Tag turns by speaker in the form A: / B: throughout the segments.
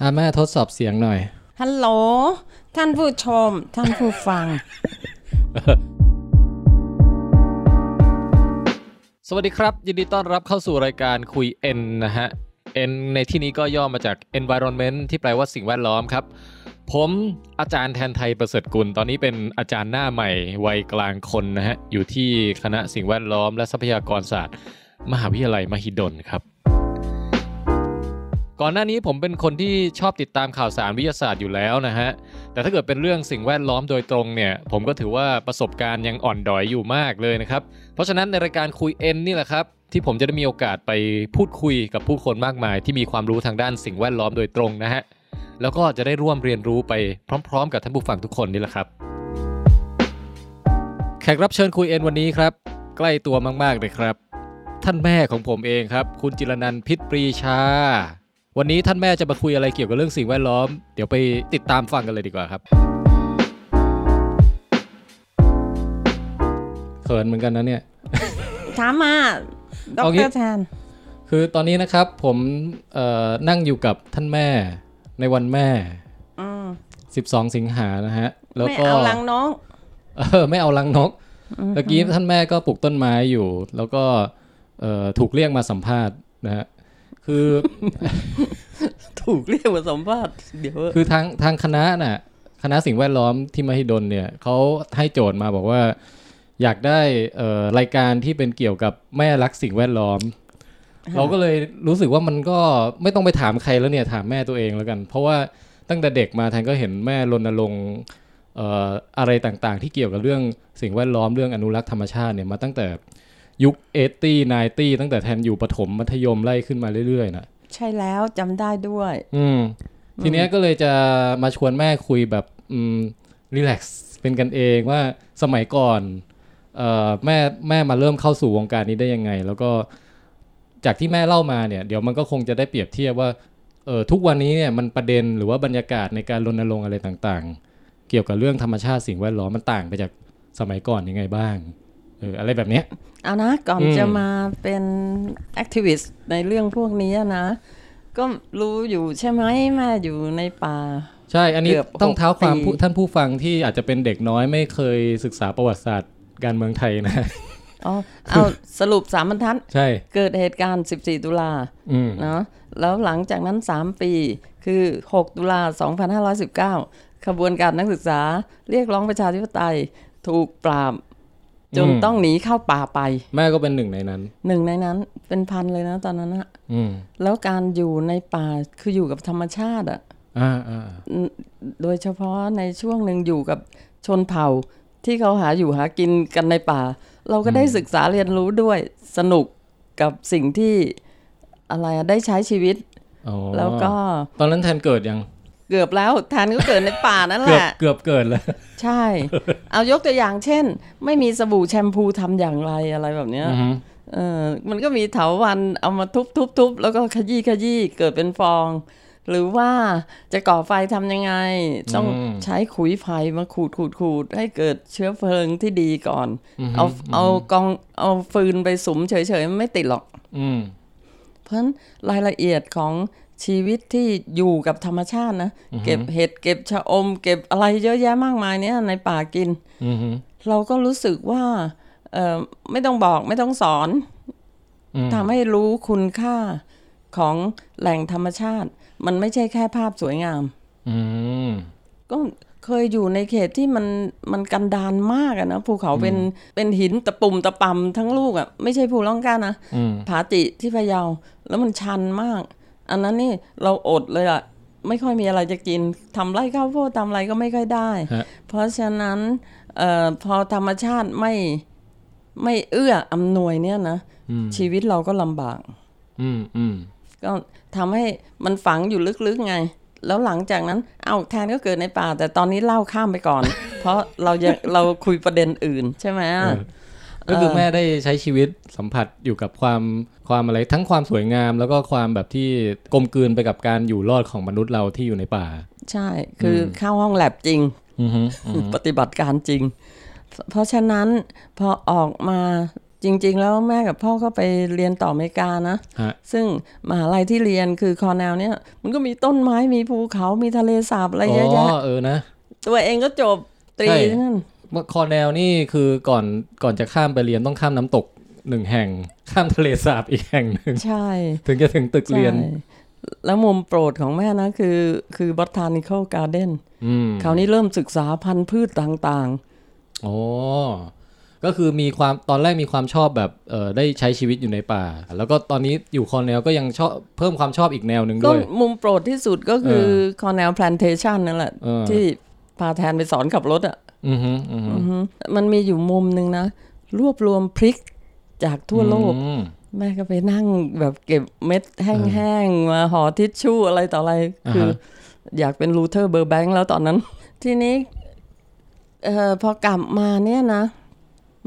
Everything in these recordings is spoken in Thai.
A: อาม่าทดสอบเสียงหน่อย
B: ฮัลโหล ท่านผู้ชม ท่านผู้ฟัง
A: สวัสดีครับ ยินดีต้อนรับเข้าสู่รายการคุย N นะฮะ N ในที่นี้ก็ย่อมาจาก Environment ที่แปลว่าสิ่งแวดล้อมครับ ผมอาจารย์แทนไทยประเสริฐกุล ตอนนี้เป็นอาจารย์หน้าใหม่วัยกลางคนนะฮะ อยู่ที่คณะสิ่งแวดล้อมและทรัพยากรศาสตร์ มหาวิทยาลัยมหิดลครับ ก่อนหน้านี้ผมเป็นคนที่ชอบติดตามข่าวสารวิทยาศาสตร์อยู่แล้วนะฮะ แต่ถ้าเกิดเป็นเรื่องสิ่งแวดล้อมโดยตรงเนี่ย ผมก็ถือว่าประสบการณ์ยังอ่อนดอยอยู่มากเลยนะครับ เพราะฉะนั้นในรายการคุยเอ็นนี่แหละครับ ที่ผมจะได้มีโอกาสไปพูดคุยกับผู้คนมากมาย ที่มีความรู้ทางด้านสิ่งแวดล้อมโดยตรงนะฮะ แล้วก็จะได้ร่วมเรียนรู้ไปพร้อม ๆ กับท่านผู้ฟังทุกคนนี่แหละครับ แขกรับเชิญคุยเอ็นวันนี้ครับ ใกล้ตัวมากๆเลยครับ ท่านแม่ของผมเองครับ คุณจิรนันท์พิษปรีชา วันนี้ท่านแม่จะมาคุยอะไรเกี่ยวกับเรื่องสิ่งแวดล้อม เดี๋ยวไปติดตามฟังกันเลยดีกว่าครับเขินเหมือนกันนะเนี่ย
B: ถามมา ด
A: เอางี้
B: รแทน
A: คือตอนนี้นะครับผมเอ่อนั่งอยู่กับท่านแม่ในวันแม่
B: อืม
A: 12 สิงหานะฮะ แล้ว
B: ไม่
A: ก็
B: เอาลังน้อง
A: เอ อไม่เอาลังนก
B: อือฮึ
A: ตะกี้ท่านแม่ก็ปลูกต้นไม้อยู่ แล้วก็เอ่อถูกเรียกมาสัมภาษณ์นะฮะ คือ
C: ถูกเรียกว่าสัมภาษณ์เดี๋ยว
A: คือทางทางคณะน่ะคณะสิ่งแวดล้อมที่มหิดลเนี่ยเขาให้โจทย์มาบอกว่า อยากได้เอ่อรายการที่เป็นเกี่ยวกับแม่รักสิ่งแวดล้อม เราก็เลยรู้สึกว่ามันก็ไม่ต้องไปถามใครแล้วเนี่ยถามแม่ตัวเองแล้วกัน เพราะว่าตั้งแต่เด็กมาแทนก็เห็นแม่รณรงค์เอ่ออะไรต่างๆ ที่เกี่ยวกับเรื่องสิ่งแวดล้อมเรื่องอนุรักษ์ธรรมชาติเนี่ยมาตั้งแต่ยุคเอตี้ไนตี้ตั้งแต่แทนอยู่ประถมมัธยมไล่ขึ้นมาเรื่อยๆนะ
B: ใช่แล้วจำได้ด้วย
A: อืมทีเนี้ยก็เลยจะมาชวนแม่คุยแบบอืมรีแลกซ์เป็นกันเองว่าสมัยก่อนเอ่อแม่แม่มาเริ่มเข้าสู่วงการนี้ได้ยังไง แล้วก็จากที่แม่เล่ามาเนี่ยเดี๋ยวมันก็คงจะได้เปรียบเทียบว่าเออทุกวันนี้เนี่ยมันประเด็นหรือว่าบรรยากาศในการรณรงค์อะไรต่างๆ เกี่ยวกับเรื่องธรรมชาติสิ่งแวดล้อมมันต่างไปจากสมัยก่อนยังไงบ้างเอออะไรแบบเนี้ย
B: เอานะ ก่อน
A: อืม
B: จะมาเป็นแอคทิวิสต์ในเรื่องพวกนี้นะ ก็รู้อยู่ใช่ไหมแม่อยู่ในป่า
A: ใช่ อันนี้
B: เกือบ
A: ต้องเท้าความ
B: หกปี
A: ผู้ท่านผู้ฟังที่อาจจะเป็นเด็กน้อยไม่เคยศึกษาประวัติศาสตร์การเมืองไทยนะ
B: อ๋อ เอาสรุปสามบรรทัด
A: ใช่
B: เกิดเหตุการณ์ 14 ตุลา
A: อืม
B: เนาะแล้วหลังจากนั้น 3 ปีคือ 6 ตุลา 2519 ขบวนการนักศึกษาเรียกร้องประชาธิปไตย ถูกปราบ จน
A: อืม
B: ต้องหนีเข้าป่าไป
A: แม่ก็เป็นหนึ่งในนั้น
B: หนึ่งในนั้นเป็นพันเลยนะตอนนั้นนะ
A: อืม
B: แล้วการอยู่ในป่าคืออยู่กับธรรมชาติอะ
A: อ่าอ่า
B: โดยเฉพาะในช่วงหนึ่งอยู่กับชนเผ่า ที่เขาหาอยู่หากินกันในป่า เราก็ได้ศึกษาเรียนรู้ด้วยสนุกกับสิ่งที่อะไรอะได้ใช้ชีวิต
A: อ๋อ
B: แล้วก็
A: ตอนนั้นแทนเกิดยัง
B: เกือบแล้วแทนก็เกิดในป่านั่นแห
A: เกือบ
B: ละ
A: เกือบเกิดแล้ว
B: ใช่ เอายกตัวอย่างเช่น ไม่มีสบู่แชมพูทำอย่างไรอะไรแบบเนี้ย
A: อือฮึ
B: เออมันก็มีเถาวันเอามาทุบทุบทุบแล้วก็ขยี้ขยี้เกิดเป็นฟอง หรือว่าจะก่อไฟทำยังไง ต้อง
A: อืม
B: ใช้ขุยไฟมาขูดขูดขูดให้เกิดเชื้อเพลิงที่ดีก่อน เอาเอากองเอาฟืนไปสุมเฉยๆมันไม่ติดหรอก
A: อืม
B: เพราะฉะนั้นรายละเอียดของชีวิตที่อยู่กับธรรมชาตินะ เก็บเห็ดเก็บชะอม เก็บอะไรเยอะแยะมากมายเนี่ยในป่ากิน
A: อืม
B: เราก็รู้สึกว่าเอ่อไม่ต้องบอกไม่ต้องสอน
A: อืม
B: ทำให้รู้คุณค่าของแหล่งธรรมชาติ มันไม่ใช่แค่ภาพสวยงาม
A: อืม
B: ก็เคยอยู่ในเขตที่มันมันกันดานมากอะนะภูเขาเป็นเป็นหินตะปุ่มตะปำทั้งลูกอะไม่ใช่ภูล่องกล้านะ
A: อืม
B: ผาติที่พะเยาแล้วมันชันมาก อันนั้นนี่เราอดเลยอะไม่ค่อยมีอะไรจะกินทำไร่ข้าวโพดทำอะไรก็ไม่ค่อยได้
A: ฮะ
B: เพราะฉะนั้นเออพอธรรมชาติไม่ไม่เอื้ออำนวยเนี่ยนะ ชีวิตเราก็ลำบาก
A: อืมอืม
B: ก็ทำให้มันฝังอยู่ลึกๆไง แล้วหลังจากนั้น เอ้าแทนก็เกิดในป่า แต่ตอนนี้เล่าข้ามไปก่อน เพราะเรายังเราคุยประเด็นอื่นใช่ไหม
A: เออ ก็คือแม่ได้ใช้ชีวิตสัมผัสอยู่กับความความอะไรทั้งความสวยงาม แล้วก็ความแบบที่กลมกลืนไปกับการอยู่รอดของมนุษย์เราที่อยู่ในป่า
B: ใช่ คืออเข้าห้องแลบจริง
A: อือฮึ
B: ปฏิบัติการจริง เพราะฉะนั้นพอออกมา จริง ๆ แล้วแม่กับพ่อก็ไปเรียนต่ออเมริกานะ
A: ฮะ
B: ซึ่งมหาลัยที่เรียนคือคอร์เนลเนี่ย มันก็มีต้นไม้มีภูเขามีทะเลสาบอะไร
A: อ๋
B: เยอะแยะ
A: อเออนะ
B: ตัวเองก็จบตรี
A: ใช่
B: นั่น
A: คอร์แนลนี่คือก่อนก่อนจะข้ามไปเรียนต้องข้ามน้ำตกหนึ่งแห่ง ข้ามทะเลสาบอีกแห่งหนึ่ง
B: ใช่
A: ถึงจะถึงตึกเรียน
B: ใช่แล้วมุมโปรดของแม่นะคือคือ botanical garden
A: อืม
B: คราวนี้เริ่มศึกษาพันธุ์พืชต่าง
A: โอ้ก็คือมีความตอนแรกมีความชอบแบบเออได้ใช้ชีวิตอยู่ในป่า แล้วก็ตอนนี้อยู่คอร์แนลก็ยังชอบเพิ่มความชอบอีกแนวหนึ่ง
B: ๆ ก็
A: ด้วย
B: มุมโปรดที่สุดก็คือ
A: เออ
B: คอร์เนล plantation นั่นแหละ
A: เออ
B: ที่พาแทนไปสอนขับรถอ่ะ
A: อือฮึอือฮึ
B: อืมมันมีอยู่มุมหนึ่งนะ รวบรวมพริกจากทั่วโลก
A: อืม
B: แม่ก็ไปนั่งแบบเก็บเม็ดแห้งๆ มาห่อทิชชู่อะไรต่ออะไร
A: อ่าฮะ
B: คืออยากเป็นลูเทอร์เบอร์แบงค์แล้วตอน นั้น ทีนี้เอ่อพอกลับมาเนี่ยนะ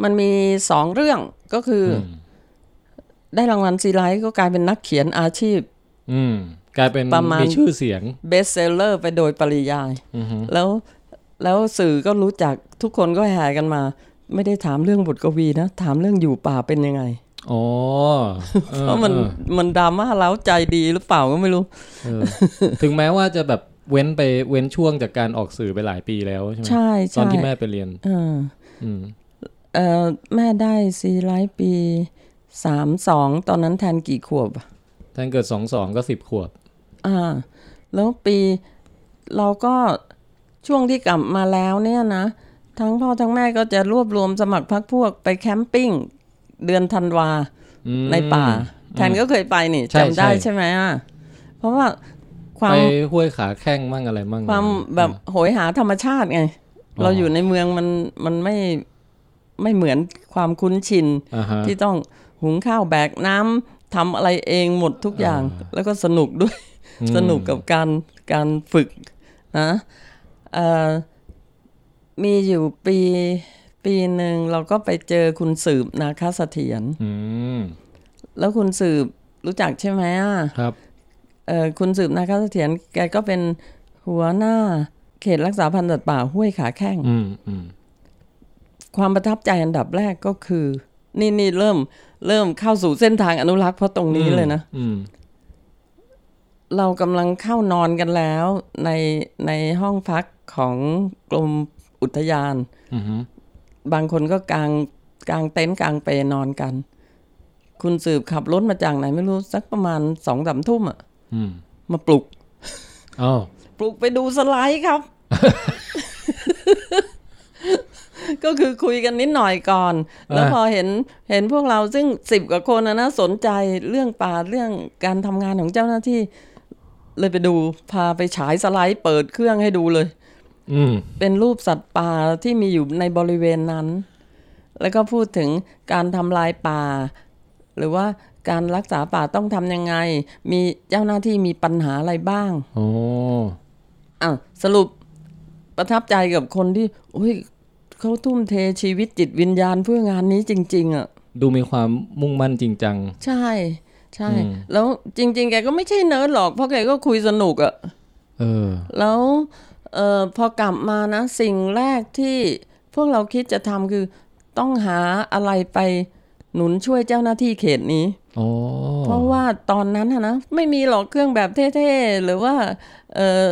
B: มันมีสองเรื่องก็คืออได้รางวัลซีไลท์ก็กลายเป็นนักเขียนอาชีพ
A: อืมกลายเป็น
B: ประมาณ
A: มีชื่อเสียง
B: เบสเซลเลอร์ไปโดยปริยาย
A: อือฮึ
B: แล้วแล้วสื่อก็รู้จักทุกคนก็แห่กันมา ไม่ได้ถามเรื่องบทกวีนะ ถามเรื่องอยู่ป่าเป็นยังไง
A: อ๋อออ
B: เพราะมัน
A: เออ
B: มันดราม่าเล้าใจดีหรือเปล่าก็ไม่รู้
A: เออถึงแม้ว่าจะแบบเว้นไปเว้นช่วงจากการออกสื่อไปหลายปีแล้วใช่ไหม
B: ใช่
A: ตอน
B: ใช่
A: ที่แม่ไปเรียน
B: เออ
A: อืม
B: เออแม่ได้ซีไลท์ปีสามสองตอนนั้นแทนกี่ขวบอะ
A: ท่านเกิดสองสองก็สิบขวบ
B: อ่า แล้วปีเราก็ช่วงที่กลับมาแล้วเนี่ยนะ ทั้งพ่อทั้งแม่ก็จะรวบรวมสมัครพรรคพวกไปแคมปิ้งเดือนธันวา
A: อืม
B: ในป่า แทนก็เคยไปนี่
A: ใช่
B: จำ
A: ใช่
B: ได้ใช่ไหมอ่ะเพราะว่าความ
A: ไปห้วยขาแข้งมั่งอะไรมั่ง
B: ความแบบโหยหาธรรมชาติไง
A: อ
B: เราอยู่ในเมืองมันมันไม่ไม่เหมือนความคุ้นชิน
A: อ่าฮะ
B: ที่ต้องหุงข้าวแบกน้ำทำอะไรเองหมดทุกอย่าง แล้วก็สนุกด้วย สนุกกับการการฝึกนะเอ่อมีอยู่ปีปีหนึ่งเราก็ไปเจอคุณสืบนาคเสถียร
A: อืม
B: แล้วคุณสืบรู้จักใช่ไหมอ่ะ
A: ครับ
B: เอ่อคุณสืบนาคเสถียรแกก็เป็นหัวหน้าเขตรักษาพันธุ์สัตว์ป่าห้วยขาแข้ง
A: อืมอืม
B: ความประทับใจอันดับแรกก็คือ นี่นี่เริ่มเริ่มเข้าสู่เส้นทางอนุรักษ์เพราะตรงนี้เลยนะ
A: อืม
B: เรากำลังเข้านอนกันแล้วในในห้องพักของกรมอุทยาน
A: อืมอืม
B: บางคนก็กางกางเต็นท์กางเปนอนกัน คุณสืบขับรถมาจากไหนไม่รู้สักประมาณสองสามทุ่มอะ
A: อืม
B: มาปลุก
A: อ้าว
B: ปลุกไปดูสไลด์ครับ ก็คือคุยกันนิดหน่อยก่อน แล้วพอเห็นเห็นพวกเราซึ่งสิบกว่าคนนะนะสนใจเรื่องป่าเรื่องการทำงานของเจ้าหน้าที่ เลยไปดูพาไปฉายสไลด์เปิดเครื่องให้ดูเลย
A: อืม
B: เป็นรูปสัตว์ป่าที่มีอยู่ในบริเวณนั้น แล้วก็พูดถึงการทำลายป่า หรือว่าการรักษาป่าต้องทำยังไง มีเจ้าหน้าที่มีปัญหาอะไรบ้าง
A: โอ้
B: อ่ะสรุปประทับใจกับคนที่โอ้ยเขาทุ่มเทชีวิตจิตวิญญาณเพื่องานนี้จริง ๆ อ่ะ
A: ดูมีความมุ่งมั่นจริงจัง
B: ใช่ ใช่ แล้วจริง ๆ แกก็ไม่ใช่เนิร์ดหรอก เพราะแกก็คุยสนุกอ่ะ
A: เออ
B: แล้วเออพอกลับมานะ สิ่งแรกที่พวกเราคิดจะทำคือต้องหาอะไรไปหนุนช่วยเจ้าหน้าที่เขตนี้
A: โอ้
B: เพราะว่าตอนนั้นอะนะไม่มีหรอกเครื่องแบบเท่ๆ หรือว่าเอ่อ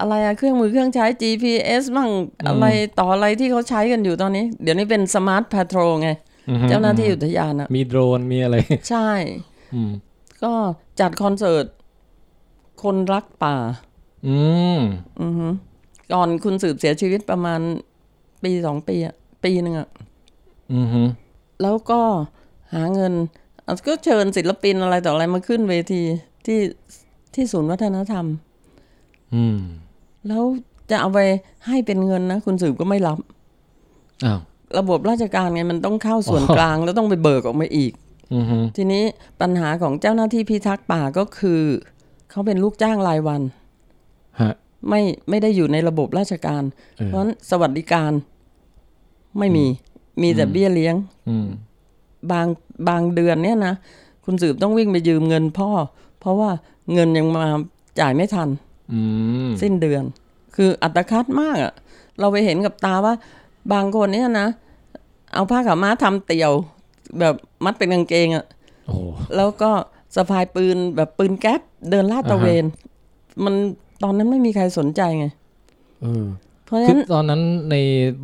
B: อะไรอะเครื่องมือเครื่องใช้ GPS บ้างอะไรต่ออะไรที่เขาใช้กันอยู่ตอนนี้ เดี๋ยวนี้เป็นสมาร์ทพา o l ไง
A: อือฮึ
B: เจ้าหน้าที่อุทยานอะ
A: มีโดรนมีอะไร
B: ใช่
A: อืม
B: ก็จัดคอนเสิร์ต คนรักป่า
A: อืม
B: ก่อนคุณสืบเสียชีวิตประมาณปีสองปีอะปีหนึ่งอะ
A: อือฮึ
B: แล้วก็หาเงินเอาก็เชิญศิลปินอะไรต่ออะไรมาขึ้นเวทีที่ที่ศูนย์วัฒนธรรม
A: อืม
B: แล้วจะเอาไปให้เป็นเงินนะ คุณสืบก็ไม่รับ
A: อ้าว
B: ระบบราชการไงมันต้องเข้าส่วน
A: อ๋อ
B: กลางแล้วต้องไปเบิกออกมาอีก
A: อือฮึ
B: ทีนี้ปัญหาของเจ้าหน้าที่พิทักษ์ป่าก็คือ เขาเป็นลูกจ้างรายวัน
A: ฮะ
B: ไม่ไม่ได้อยู่ในระบบราชการ
A: เออ
B: เพราะฉะนั้นสวัสดิการไม่มีมีแต่เบี้ยเลี้ยง
A: อืม
B: บางบางเดือนเนี่ยนะ คุณสืบต้องวิ่งไปยืมเงินพ่อ เพราะว่าเงินยังมาจ่ายไม่ทัน
A: อืม
B: สิ้นเดือน คืออัตคัดมากอะเราไปเห็นกับตาว่า บางคนเนี่ยนะ เอาผ้าขาวม้าทำเตี่ยว แบบมัดเป็นกางเกงอะ
A: โอ้โห
B: แล้วก็สะพายปืนแบบปืนแก๊ปเดินลาดตระเวน มันตอนนั้นไม่มีใครสนใจไง
A: เออ
B: เพราะฉะ
A: คือ
B: นั้น
A: ตอนนั้นใน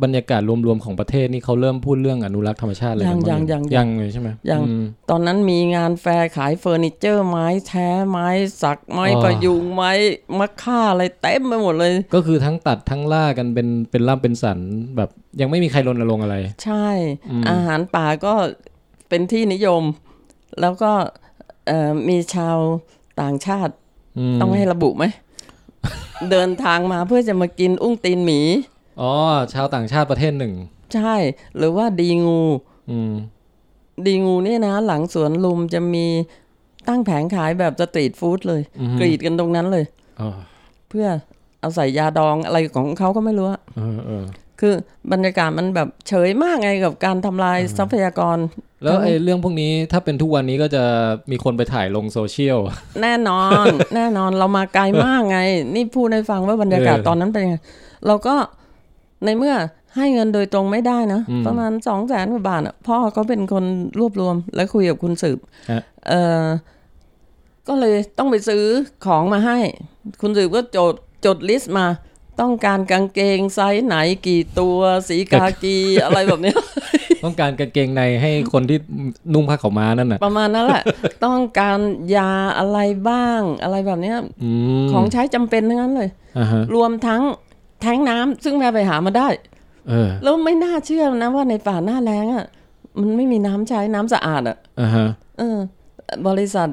A: บรรยากาศรวมๆของประเทศนี่เขาเริ่มพูดเรื่องอนุรักษ์ธรรมชาติอะไรกันบ้า
B: ยังยังยัง
A: ยังเลยใช่ไหม
B: ยัง
A: อืม
B: ตอนนั้นมีงานแฟร์ขายเฟอร์นิเจอร์ไม้แท้ไม้สักไม้
A: อ๋อ
B: ประยุงไม้มะค่าอะไรเต็มไปหมดเลย
A: ก็คือทั้งตัดทั้งล่ากันเป็นเป็นล่ำเป็นสันแบบยังไม่มีใครรณรงค์อะไร
B: ใช่ อาหารป่าก็เป็นที่นิยม แล้วก็เอ่อมีชาวต่างชาติ
A: อืม
B: ต้องให้ระบุ ไหม เดินทางมาเพื่อจะมากินอุ้งตีนหมี
A: อ๋อชาวต่างชาติประเทศหนึ่ง
B: ใช่ หรือว่าดีงู
A: อืม
B: ดีงูเนี่ยนะ หลังสวนลุมจะมีตั้งแผงขายแบบสตรีทฟู้ดเลย
A: อือฮึ
B: กรีดกันตรงนั้นเลย
A: อ๋อ
B: เพื่อเอาใส่ยาดองอะไรของเขาก็ไม่รู้อะ
A: เออเออ
B: คือบรรยากาศมันแบบเฉยมากไงกับการทำลายทรัพยากร
A: แล้วไอ้เรื่องพวกนี้ถ้าเป็นทุกวันนี้ก็จะมีคนไปถ่ายลงโซเชียล
B: แน่นอน แน่นอนเรามาไกลมากไง นี่พูดให้ฟังว่าบรรยากาศ
A: เออ
B: ตอนนั้นเป็นยังไงเราก็ในเมื่อให้เงินโดยตรงไม่ได้นะ
A: อืม
B: ประมาณสองแสนกว่าบาทอะพ่อก็เป็นคนรวบรวมและคุยกับคุณสืบ
A: ฮะ
B: เออก็เลยต้องไปซื้อของมาให้ คุณสืบก็จดจดลิสต์มา ต้องการกางเกงไซส์ไหนกี่ตัวสีกา กี อะไรแบบเนี้ย
A: ต้องการกางเกงในให้คนที่นุ่งผ้าขาวม้านั่นน่ะ
B: ประมาณนั้นแหละ ต้องการยาอะไรบ้าง อะไรแบบเนี้ย
A: อืม
B: ของใช้จำเป็นทั้งนั้นเลย
A: อ่าฮะ
B: รวมทั้งแทงน้ำซึ่งแม่ไปหามาได้
A: เออ
B: แล้วไม่น่าเชื่อนะว่าในป่าหน้าแล้งอะ่ะ มันไม่มีน้ำใช้น้ำสะอาดอะ่ะ
A: อ่าฮะ
B: เออ บริษัท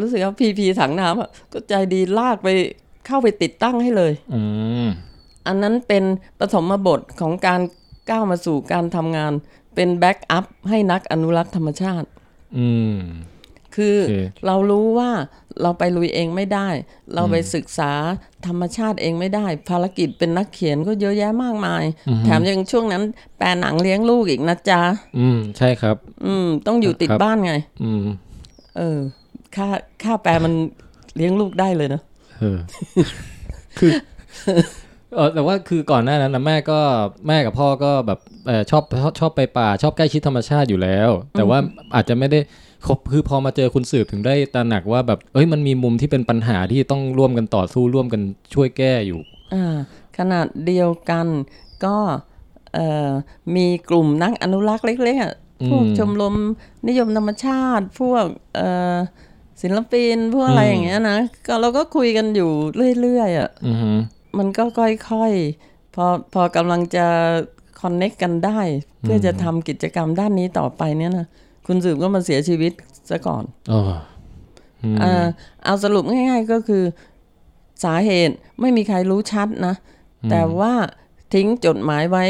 B: รู้สึกว่าพีพีถังน้ำอะ่ะก็ใจดีลากไปเข้าไปติดตั้งให้เลย
A: อืม
B: อันนั้นเป็นปฐมบทของการก้าวมาสู่การทำงาน เป็นแบ็กอัพให้นักอนุรักษ์ธรรมชาติ
A: อืม
B: คือ
A: โอเค
B: เรารู้ว่าเราไปลุยเองไม่ได้ เราไปศึกษาธรรมชาติเองไม่ได้ ภารกิจเป็นนักเขียนก็เยอะแยะมากมาย แถมยังช่วงนั้นแปลหนังเลี้ยงลูกอีกนะจ๊ะ
A: อืมใช่ครับ
B: อืม ต้องอยู่ติด
A: ครับ
B: บ้านไง
A: อืม
B: เออ ค่าค่าแปลมันเลี้ยงลูกได้เลยนะ
A: เออ คือ เออแต่ว่าคือก่อนหน้านั้นนะแม่ก็แม่กับพ่อก็แบบเออชอบชอบชอบไปป่าชอบใกล้ชิดธรรมชาติอยู่แล้ว แต่ว่าอาจจะไม่ได้ครบคือพอมาเจอคุณสืบถึงได้ตระหนักว่าแบบเอ้ยมันมีมุมที่เป็นปัญหาที่ต้องร่วมกันต่อสู้ร่วมกันช่วยแก้อยู่
B: อ่าขนาดเดียวกันก็เอ่อมีกลุ่มนักอนุรักษ์เล็กๆอ่ะ
A: อืม
B: พวกชมรมนิยมธรรมชาติ พวกเอ่อศิลปินพวกอะไรอย่างเงี้ยนะก็เราก็คุยกันอยู่เรื่อยๆอ่ะ
A: อือฮึ
B: มันก็ค่อยๆ พอพอกำลังจะคอนเน็กกันได้ เพื่อจะทำกิจกรรมด้านนี้ต่อไปเนี่ยนะคุณสืบก็มาเสียชีวิตซะก่อน
A: อ๋ออืม
B: เอ่อเอาสรุปง่ายๆก็คือสาเหตุไม่มีใครรู้ชัดนะ แต่ว่าทิ้งจดหมายไว้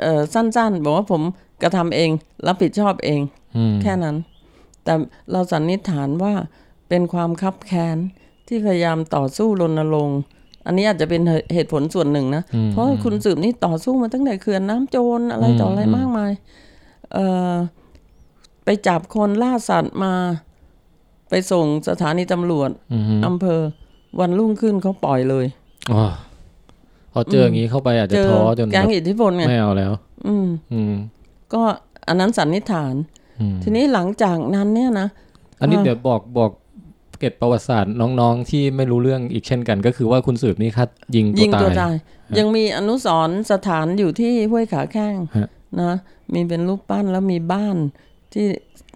B: เอ่อสั้นๆ บอกว่าผมกระทำเองรับผิดชอบเอง
A: อืม
B: แค่นั้น แต่เราสันนิษฐานว่าเป็นความคับแค้นที่พยายามต่อสู้รณรงค์อันนี้อาจจะเป็นเหตุผลส่วนหนึ่งนะ เพราะคุณสืบนี่ต่อสู้มาตั้งแต่เขื่อนน้ำโจรอะไรต่ออะไรมากมาย เอ่อไปจับคนล่าสัตว์มาไปส่งสถานีตำรวจ
A: อืม
B: อำเภอ วันรุ่งขึ้นเขาปล่อยเลย
A: อ๋อพอเจออย่างนี้เข้าไปอาจจะ
B: เจอ
A: ท้อจน
B: แก๊ง
A: แบบ
B: อิทธิพลไง
A: ไม่เอาแล้ว
B: อืม
A: อืม
B: ก็อันนั้นสันนิษฐาน
A: อืม
B: ทีนี้หลังจากนั้นเนี่ยนะ
A: อันนี้
B: อ่า
A: เดี๋ยวบอกบอกเกร็ดประวัติศาสตร์น้องๆ ที่ไม่รู้เรื่องอีกเช่นกัน ก็คือว่าคุณสืบนี่คัดยิงตั
B: ยิ
A: ว
B: ง
A: ตาย
B: ตัวตาย ยังมีอนุสรณ์สถานอยู่ที่ห้วยขาแข้ง
A: ฮะ
B: นะมีเป็นรูปปั้นแล้วมีบ้านที่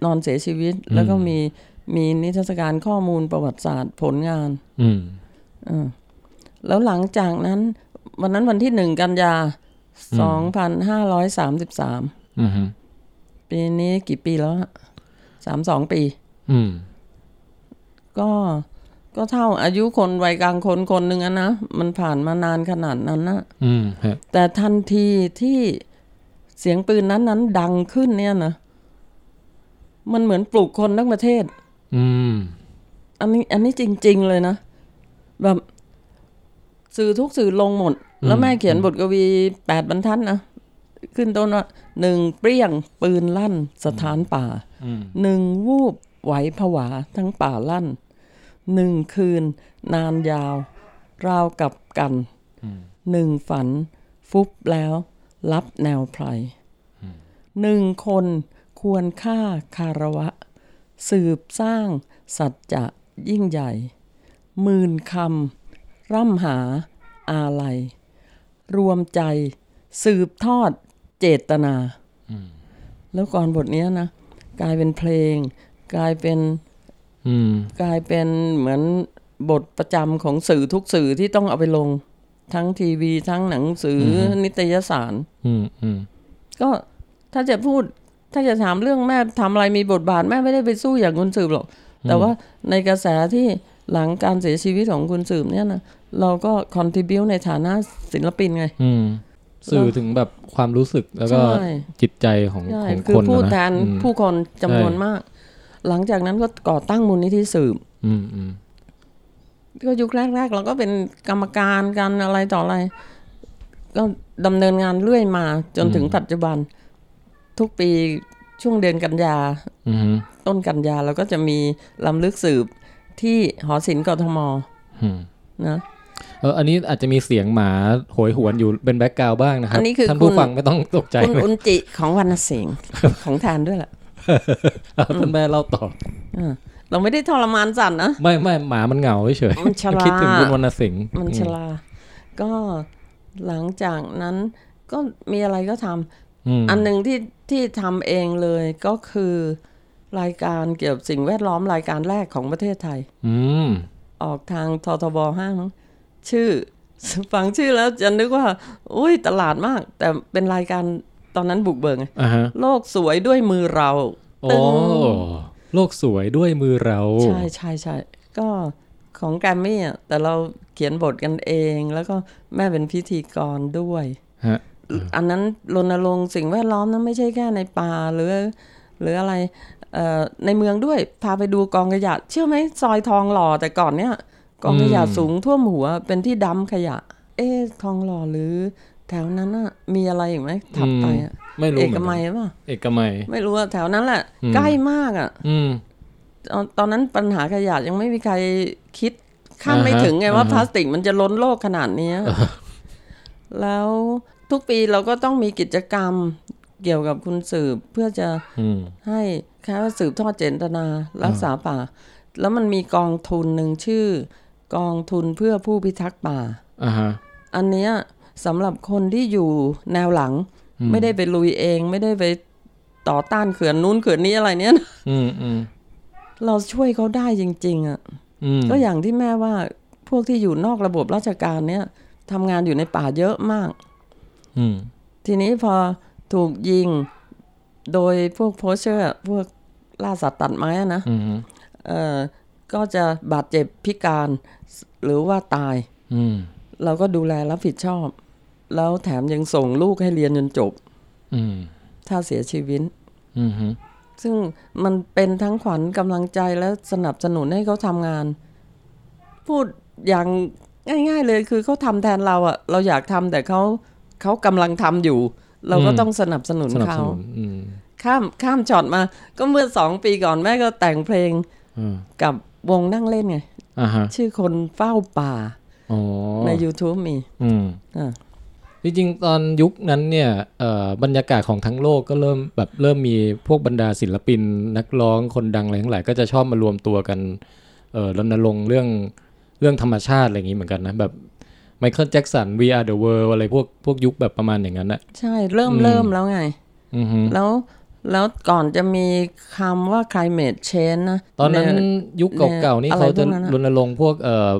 B: นอนเสียชีวิต แล้วก็มีมีนิทรรศการข้อมูลประวัติศาสตร์ผลงาน
A: อืม
B: แล้วหลังจากนั้น วันนั้นวันที่หนึ่งกันยาสองพันห้าร้อยสามสิบสาม
A: อืม
B: ปีนี้กี่ปีแล้วสามสองปี
A: อืม
B: ก็ก็เท่าอายุคนวัยกลางคนคนหนึ่งอะนะ มันผ่านมานานขนาดนั้นนะ
A: อืมฮะ
B: แต่ทันทีที่เสียงปืนนั้นนั้นดังขึ้นเนี่ยนะ มันเหมือนปลุกคนทั้งประเทศ
A: อืม
B: อันนี้อันนี้จริง ๆ เลยนะ แบบสื่อทุกสื่อลงหมด แล้วแม่เขียนบทกวีแปดบรรทัดนะ ขึ้นต้นว่าหนึ่งเปรี้ยงปืนลั่น สถานป่า
A: อืม
B: หนึ่งวูบไหวผวาทั้งป่าลั่นหนึ่งคืน นานยาว ราวกับกันหนึ่งฝัน ฟุบแล้ว รับแนวไพรหนึ่งคน ควรค่าคาระวะ สืบสร้างสัจจะยิ่งใหญ่หมื่นคำร่ำหาอาลัย รวมใจสืบทอดเจตนา แล้วก่อนบทเนี้ยนะ กลายเป็นเพลง กลายเป็น
A: อืม
B: กลายเป็นเหมือนบทประจำของสื่อทุกสื่อที่ต้องเอาไปลง ทั้งทีวีทั้งหนังสืออนิตยสาร
A: อืมอืม
B: ก็ถ้าจะพูดถ้าจะถามเรื่องแม่ทำอะไรมีบทบาทแม่ไม่ได้ไปสู้อย่างคุณสืบหรอก แต่ว่าในกระแสที่หลังการเสียชีวิตของคุณสืบเนี่ยนะเราก็คอนทิบิวในฐานะศิลปินไง
A: อืมสื่อถึงแบบความรู้สึกแล้วก็
B: ใช่
A: จิตใจของ
B: ใช่
A: ของ
B: คื
A: ค
B: อน พูด
A: นะ
B: แทน
A: อืม
B: ผู้คนจำนวน
A: ใช่
B: มาก หลังจากนั้นก็ก่อตั้งมูลนิธิสืบ
A: อืมอืม
B: ก็ยุคแรกๆ เราก็เป็นกรรมการกันอะไรต่ออะไร ก็ดำเนินงานเรื่อยมาจนถึงปัจจุบัน ทุกปีช่วงเดือนกันยา
A: อืม
B: ต้นกันยาเราก็จะมีลำลึกสืบที่หอศิลป์กทม
A: อืม
B: นะ
A: เอออันนี้อาจจะมีเสียงหมาโหยหวนอยู่เป็นแบ็กกราวบ้างนะครับ
B: อันนี้คือ
A: ท่านผู้
B: คุณ
A: ฟังไม่ต้องตกใจ
B: คุณ
A: นะ
B: อุนจิของวรรณเสียงของแทนด้วยแหละ
A: เอาท่านแม่เล่าต่อ
B: อ่าเราไม่ได้ทรมานสัตว์นะ
A: ไม่ไม่หมามันเหงาเฉยๆ
B: มันฉลาด
A: คิดถึงคุณวรรณสิงห์
B: มันชลา ก็หลังจากนั้นก็มีอะไรก็ทำ
A: อืม
B: อันหนึ่งที่ที่ทำเองเลยก็คือรายการเกี่ยวกับสิ่งแวดล้อมรายการแรกของประเทศไทย
A: อืม
B: ออกทางททบห้ามั้งชื่อ ฟังชื่อแล้วจะนึกว่า อุ้ยตลาดมาก แต่เป็นรายการตอนนั้นบุกเบิกไง
A: อ่าฮะ
B: โลกสวยด้วยมือเรา
A: โอ้โลกสวยด้วยมือเรา
B: ใช่ใช่ใช่ก็ของแกรมมี่อ่ะแต่เราเขียนบทกันเอง แล้วก็แม่เป็นพิธีกรด้วย
A: ฮะ
B: อันนั้นรณรงค์สิ่งแวดล้อมนะไม่ใช่แค่ในป่าหรือ หรืออะไรเอ่อในเมืองด้วยพาไปดูกองขยะ เชื่อไหมซอยทองหล่อแต่ก่อนเนี้ยกองขยะ
A: อืม
B: สูงท่วมหัวเป็นที่ดำขยะ เอ๊ะทองหล่อหรือ แถวนั้นน่ะมีอะไรอีกไหมถัดไปอะ
A: อืมไม่รู้
B: เอ
A: ห
B: ก
A: นน
B: มัยหรือเปล่ะ
A: เอกมัย
B: ไม่รู้อะแถวนั้นแหละ
A: อืม
B: ใกล้มากอะ
A: อืม
B: ตอนตอนนั้นปัญหาขยะยังไม่มีใครคิดคาดไม่
A: อ่าฮะ
B: ถึงไงว่า
A: อ่าฮะ
B: พลาสติกมันจะล้นโลกขนาดเนี้ยแล้วทุกปีเราก็ต้องมีกิจกรรมเกี่ยวกับคุณสืบเพื่อจะ
A: อืม
B: ให้แค่ว่าสืบทอดเจตนารักษาป่า แล้วมันมีกองทุนหนึ่งชื่อ กองทุนเพื่อผู้พิทักษ์ป่า
A: อ่าฮะ
B: อันเนี้ยสำหรับคนที่อยู่แนวหลัง ไม่ได้ไปลุยเอง ไม่ได้ไปต่อต้านเขื่อนนู้นเขื่อนนี้อะไรเนี้ย นะ
A: อืมอืม
B: เราช่วยเขาได้จริง ๆอะ
A: อืม
B: ก็อย่างที่แม่ว่าพวกที่อยู่นอกระบบราชการเนี่ยทำงานอยู่ในป่าเยอะมาก
A: อืม
B: ทีนี้พอถูกยิงโดยพวกโพสเชอร์พวกล่าสัตว์ตัดไม้อะนะ
A: อืม
B: เออก็จะบาดเจ็บพิการหรือว่าตาย
A: อืม
B: เราก็ดูแลรับผิดชอบ แล้วแถมยังส่งลูกให้เรียนจนจบ
A: อืม
B: ถ้าเสียชีวิต
A: อืมฮึ
B: ซึ่งมันเป็นทั้งขวัญกำลังใจและสนับสนุนให้เขาทำงาน พูดอย่างง่าย ๆ เลยคือเขาทำแทนเราอะเราอยากทำแต่เขาเขากำลังทำอยู่ เราก็ต้องสนับสนุน
A: สนับ
B: เขา
A: สนุนอืม
B: ข้ามข้ามช็อตมา ก็เมื่อสองปีก่อนแม่ก็แต่งเพลง
A: อ่า
B: กับวงนั่งเล่นไง
A: อ่าฮะ
B: ชื่อคนเฝ้าป่า
A: อ๋อ
B: ใน YouTube มี
A: อืม
B: อ่า
A: จริงๆตอนยุคนั้นเนี่ยเอ่อบรรยากาศของทั้งโลกก็เริ่มแบบเริ่มมีพวกบรรดาศิลปิน นักร้องคนดังอะไรทั้งหลายก็จะชอบมารวมตัวกันเอ่อรณรงค์เรื่องเรื่องธรรมชาติอะไรอย่างนี้เหมือนกันนะแบบไมเคิลแจ็กสัน We Are the World อะไรพวกพวกยุคแบบประมาณอย่างนั้นนะ
B: ใช่เริ่มเริ่มแล้วไง
A: อือฮึ
B: แล้วแล้วก่อนจะมีคำว่า climate change นะ
A: ตอนนั้นยุคเก่าๆนี่
B: อะไร
A: เขาจะ
B: พวกนั้นอะ
A: รณรงค์พวกเอ่อ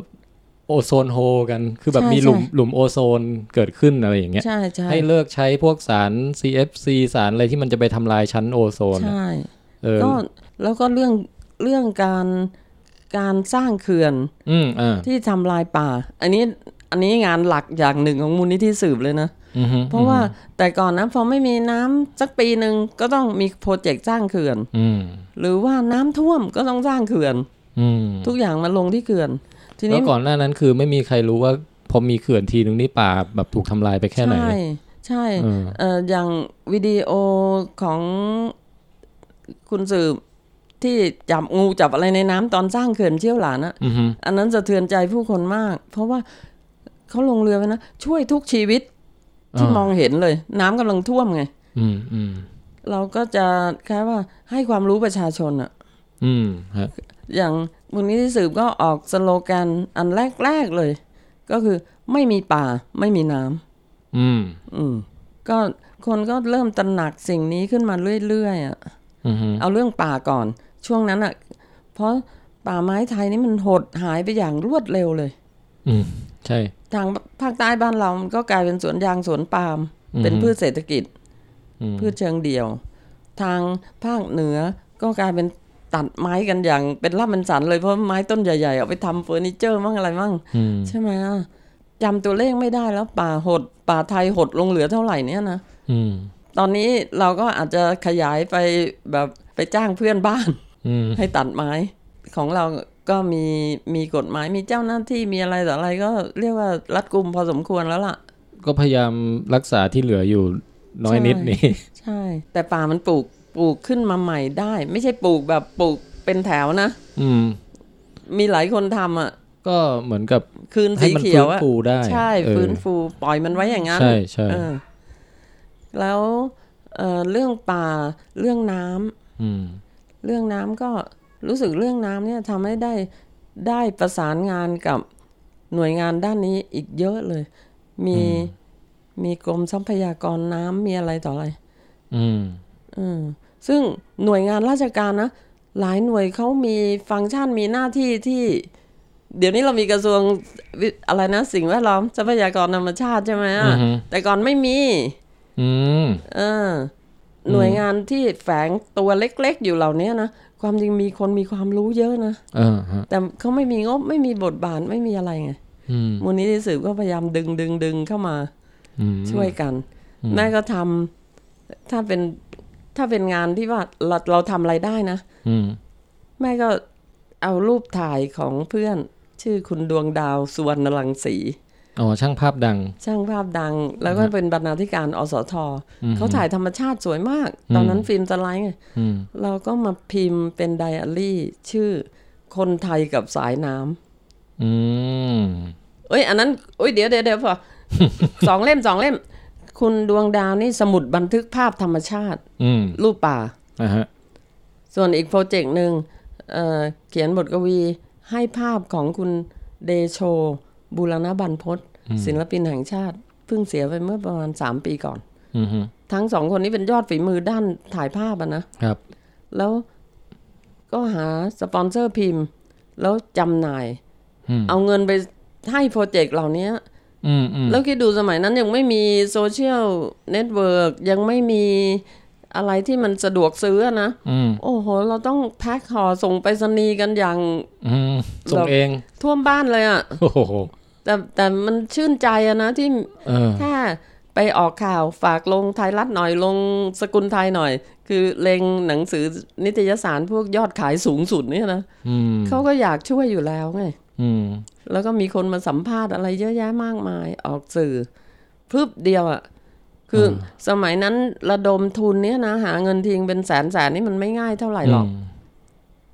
A: โอโซนโฮกัน คือแบบ
B: ใช่
A: มีหลุม
B: ใช่
A: หลุมโอโซนเกิดขึ้นอะไรอย่างเงี้ย
B: ใช่ใช่
A: ให้เลิกใช้พวกสาร CFC สารอะไรที่มันจะไปทำลายชั้นโอโซนอะ
B: ใช่
A: เออ
B: ก็แล้วก็เรื่องเรื่องการการสร้างเขื่อน
A: อืมอ่า
B: ที่ทำลายป่า อันนี้อันนี้งานหลักอย่างหนึ่งของมูลนิธิสืบเลยนะ
A: อือฮึ
B: เพราะว่าแต่ก่อนนะพอไม่มีน้ำสักปีหนึ่งก็ต้องมีโปรเจกต์สร้างเขื่อน
A: อืม
B: หรือว่าน้ำท่วมก็ต้องสร้างเขื่อน
A: อืม
B: ทุกอย่างมาลงที่เขื่อน ที
A: แล้ว
B: นี้
A: ก่อนหน้านั้นคือไม่มีใครรู้ว่าพอมีเขื่อนทีนึงนี่ป่าแบบถูกทำลายไปแค่ไหน
B: ใช่ใช่
A: เออ
B: เอ่ออย่างวิดีโอของคุณสืบที่จับงูจับอะไรในน้ำตอนสร้างเขื่อนเชี่ยวหลานอะ
A: อือฮึ
B: อันนั้นสะเทือนใจผู้คนมาก เพราะว่าเขาลงเรือไปนะ ช่วยทุกชีวิตที่มองเห็นเลย น้ำกำลังท่วมไง
A: อืมอืม
B: เราก็จะคล้ายว่าให้ความรู้ประชาชนอะ
A: อืมฮะ
B: อย่างมูลนิธิสืบก็ออกสโลแกนอันแรก ๆ เลย ก็คือไม่มีป่าไม่มีน้
A: อืม
B: ำอืมก็คนก็เริ่มตระหนักสิ่งนี้ขึ้นมาเรื่อยๆอะ
A: อือฮึ
B: เอาเรื่องป่าก่อน ช่วงนั้นอ่ะ เพราะป่าไม้ไทยนี่มันหดหายไปอย่างรวดเร็วเลย
A: อืมใช่
B: ทางภาคใต้บ้านเรามันก็กลายเป็นสวนยางสวนปาล์ม
A: อือฮึ
B: เป็นพืชเศรษฐกิจ
A: อืม
B: พืชเชิงเดี่ยว ทางภาคเหนือก็กลายเป็นตัดไม้กันอย่างเป็นร่ำเป็นสันเลยเพราะไม้ต้นใหญ่ๆ เอาไปทำเฟอร์นิเจอร์มั่งอะไรมั่ง
A: อืม
B: ใช่ไหมอะจำตัวเลขไม่ได้แล้วป่าหด ป่าไทยหดลงเหลือเท่าไหร่เนี่ยนะ
A: อืม
B: ตอนนี้เราก็อาจจะขยายไปแบบไปจ้างเพื่อน บ้าน
A: อืม
B: ให้ตัดไม้ ของเราก็มีมีกฎหมายมีเจ้าหน้าที่มีอะไรต่ออะไรก็เรียกว่ารัดกุมพอสมควรแล้วล่ะ
A: ก็พยายามรักษาที่เหลืออยู่น้อยนิดนี่
B: ใช่ แต่ป่ามันปลูกปลูกขึ้นมาใหม่ได้ ไม่ใช่ปลูกแบบปลูกเป็นแถวนะ
A: อืม
B: มีหลายคนทำอ่ะ
A: ก็เหมือนกับ
B: คืน
A: ให้
B: สี
A: มัน
B: เขี
A: ฟื้
B: ยวน อ่ะ
A: ฟูได้
B: ใช่
A: เออ
B: ฟื้นฟูปล่อยมันไว้อย่างนั้น
A: ใช่ใช่
B: เออแล้วเอ่อเรื่องป่าเรื่องน้ำ
A: อืม
B: เรื่องน้ำก็รู้สึกเรื่องน้ำเนี่ยทำให้ได้ได้ประสานงานกับหน่วยงานด้านนี้อีกเยอะเลย มี
A: อืม
B: มีกรมทรัพยากรน้ำมีอะไรต่ออะไร
A: อืม
B: เออซึ่งหน่วยงานราชการนะ หลายหน่วยเขามีฟังก์ชันมีหน้าที่ที่ เดี๋ยวนี้เรามีกระทรวงวิอะไรนะ สิ่งแวดล้อมทรัพยากรธรรมชาติใช่ไหมอะ
A: อือฮึ
B: แต่ก่อนไม่มี
A: อืม
B: เออหน่วยงานที่แฝงตัวเล็กๆ อยู่เหล่านี้นะ ความจริงมีคนมีความรู้เยอะนะ
A: เออฮะ
B: แต่เขาไม่มีงบไม่มีบทบาทไม่มีอะไรไง
A: อืม
B: มูลนิธิสืบก็พยายามดึงดึงดึงเข้ามา
A: อืม
B: ช่วยกัน
A: อืม
B: แม่ก็ทำถ้าเป็นถ้าเป็นงานที่ว่าเราเราทำอะไรได้นะ
A: อืม
B: แม่ก็เอารูปถ่ายของเพื่อนชื่อคุณดวงดาวสุวรรณรังสี
A: อ๋อช่างภาพดัง
B: ช่างภาพดัง แล้วก็เป็นบรรณาธิการอสท
A: อืม
B: เขาถ่ายธรรมชาติสวยมาก ตอนนั้น
A: อืม
B: ฟิล์มสไลด์ไง
A: อืม
B: เราก็มาพิมพ์เป็นไดอารี่ ชื่อคนไทยกับสายน้ำ
A: อืม
B: เอ้ย อันนั้นเอ้ยเดี๋ยวเดี๋ยวเดี๋ยวพอ สองเล่มสองเล่ม คุณดวงดาวนี่สมุดบันทึกภาพธรรมชาติ
A: อืม
B: รูปป่า
A: อ่ะฮะ
B: ส่วนอีกโปรเจกต์หนึ่งเอ่อเขียนบทกวีให้ภาพของคุณเดโชบุรณบันพศศิลปินแห่งชาติ เพิ่งเสียไปเมื่อประมาณ 3 ปีก่อน
A: อืมฮึ
B: ทั้งสองคนนี้เป็นยอดฝีมือด้านถ่ายภาพอะนะ
A: ครับ
B: แล้วก็หาสปอนเซอร์พิมพ์ แล้วจำหน่าย
A: อืม
B: เอาเงินไปให้โปรเจกต์เหล่านี้
A: อืมอืม
B: แล้วคิดดูสมัยนั้นยังไม่มีโซเชียลเน็ตเวิร์กยังไม่มีอะไรที่มันสะดวกซื้ออะนะ
A: อืม
B: โอ้โห เราต้องแพ็คห่อส่งไปรษณีย์กันอย่าง
A: อืมส่ง
B: เรา
A: เอง
B: ท่วมบ้านเลยอะ่ะ
A: โอ้โห
B: แต่แต่มันชื่นใจอะนะที่
A: เออ
B: ถ้าไปออกข่าวฝากลงไทยรัฐหน่อยลงสกุลไทยหน่อย คือเลงหนังสือนิตยสารพวกยอดขายสูงสุดเนี่ยนะ
A: อืม
B: เขาก็อยากช่วยอยู่แล้วไง
A: อืม
B: แล้วก็มีคนมาสัมภาษณ์อะไรเยอะแยะมากมายออกสื่อพรึบเดียวอะ่ะ คืออสมัยนั้นระดมทุนเนี่ยนะหาเงินทิ้งเป็นแสนแสนนี่มันไม่ง่ายเท่าไหร่หรอก
A: อืม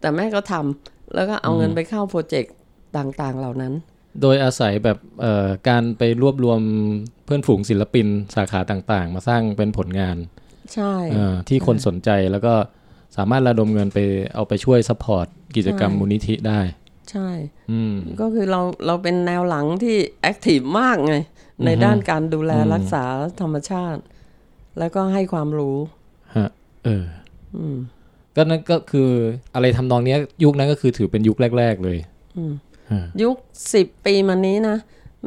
B: แต่แม่ก็ทำแล้วก็เอาเงินไปเข้าโปรเจกต์ต่างๆ เหล่านั้น
A: โดยอาศัยแบบเอ่อการไปรวบรวมเพื่อนฝูงศิลปินสาขาต่างๆ มาสร้างเป็นผลงาน
B: ใช่
A: เอ่อที่คนสนใจแล้วก็สามารถระดมเงินไปเอาไปช่วยซัพพอร์ตกิจกรรมมูลนิธิได้
B: ใช่
A: อืม
B: ก็คือเราเราเป็นแนวหลังที่แอคทีฟมากไง ในด้านการดูแลรักษาธรรมชาติ แล้วก็ให้ความรู้
A: ฮะเอออก็นั่นก็คืออะไรทำนองเนี้ย ยุคนั้นก็คือถือเป็นยุคแรก ๆ เลย
B: ยุคสิบปีมานี้นะ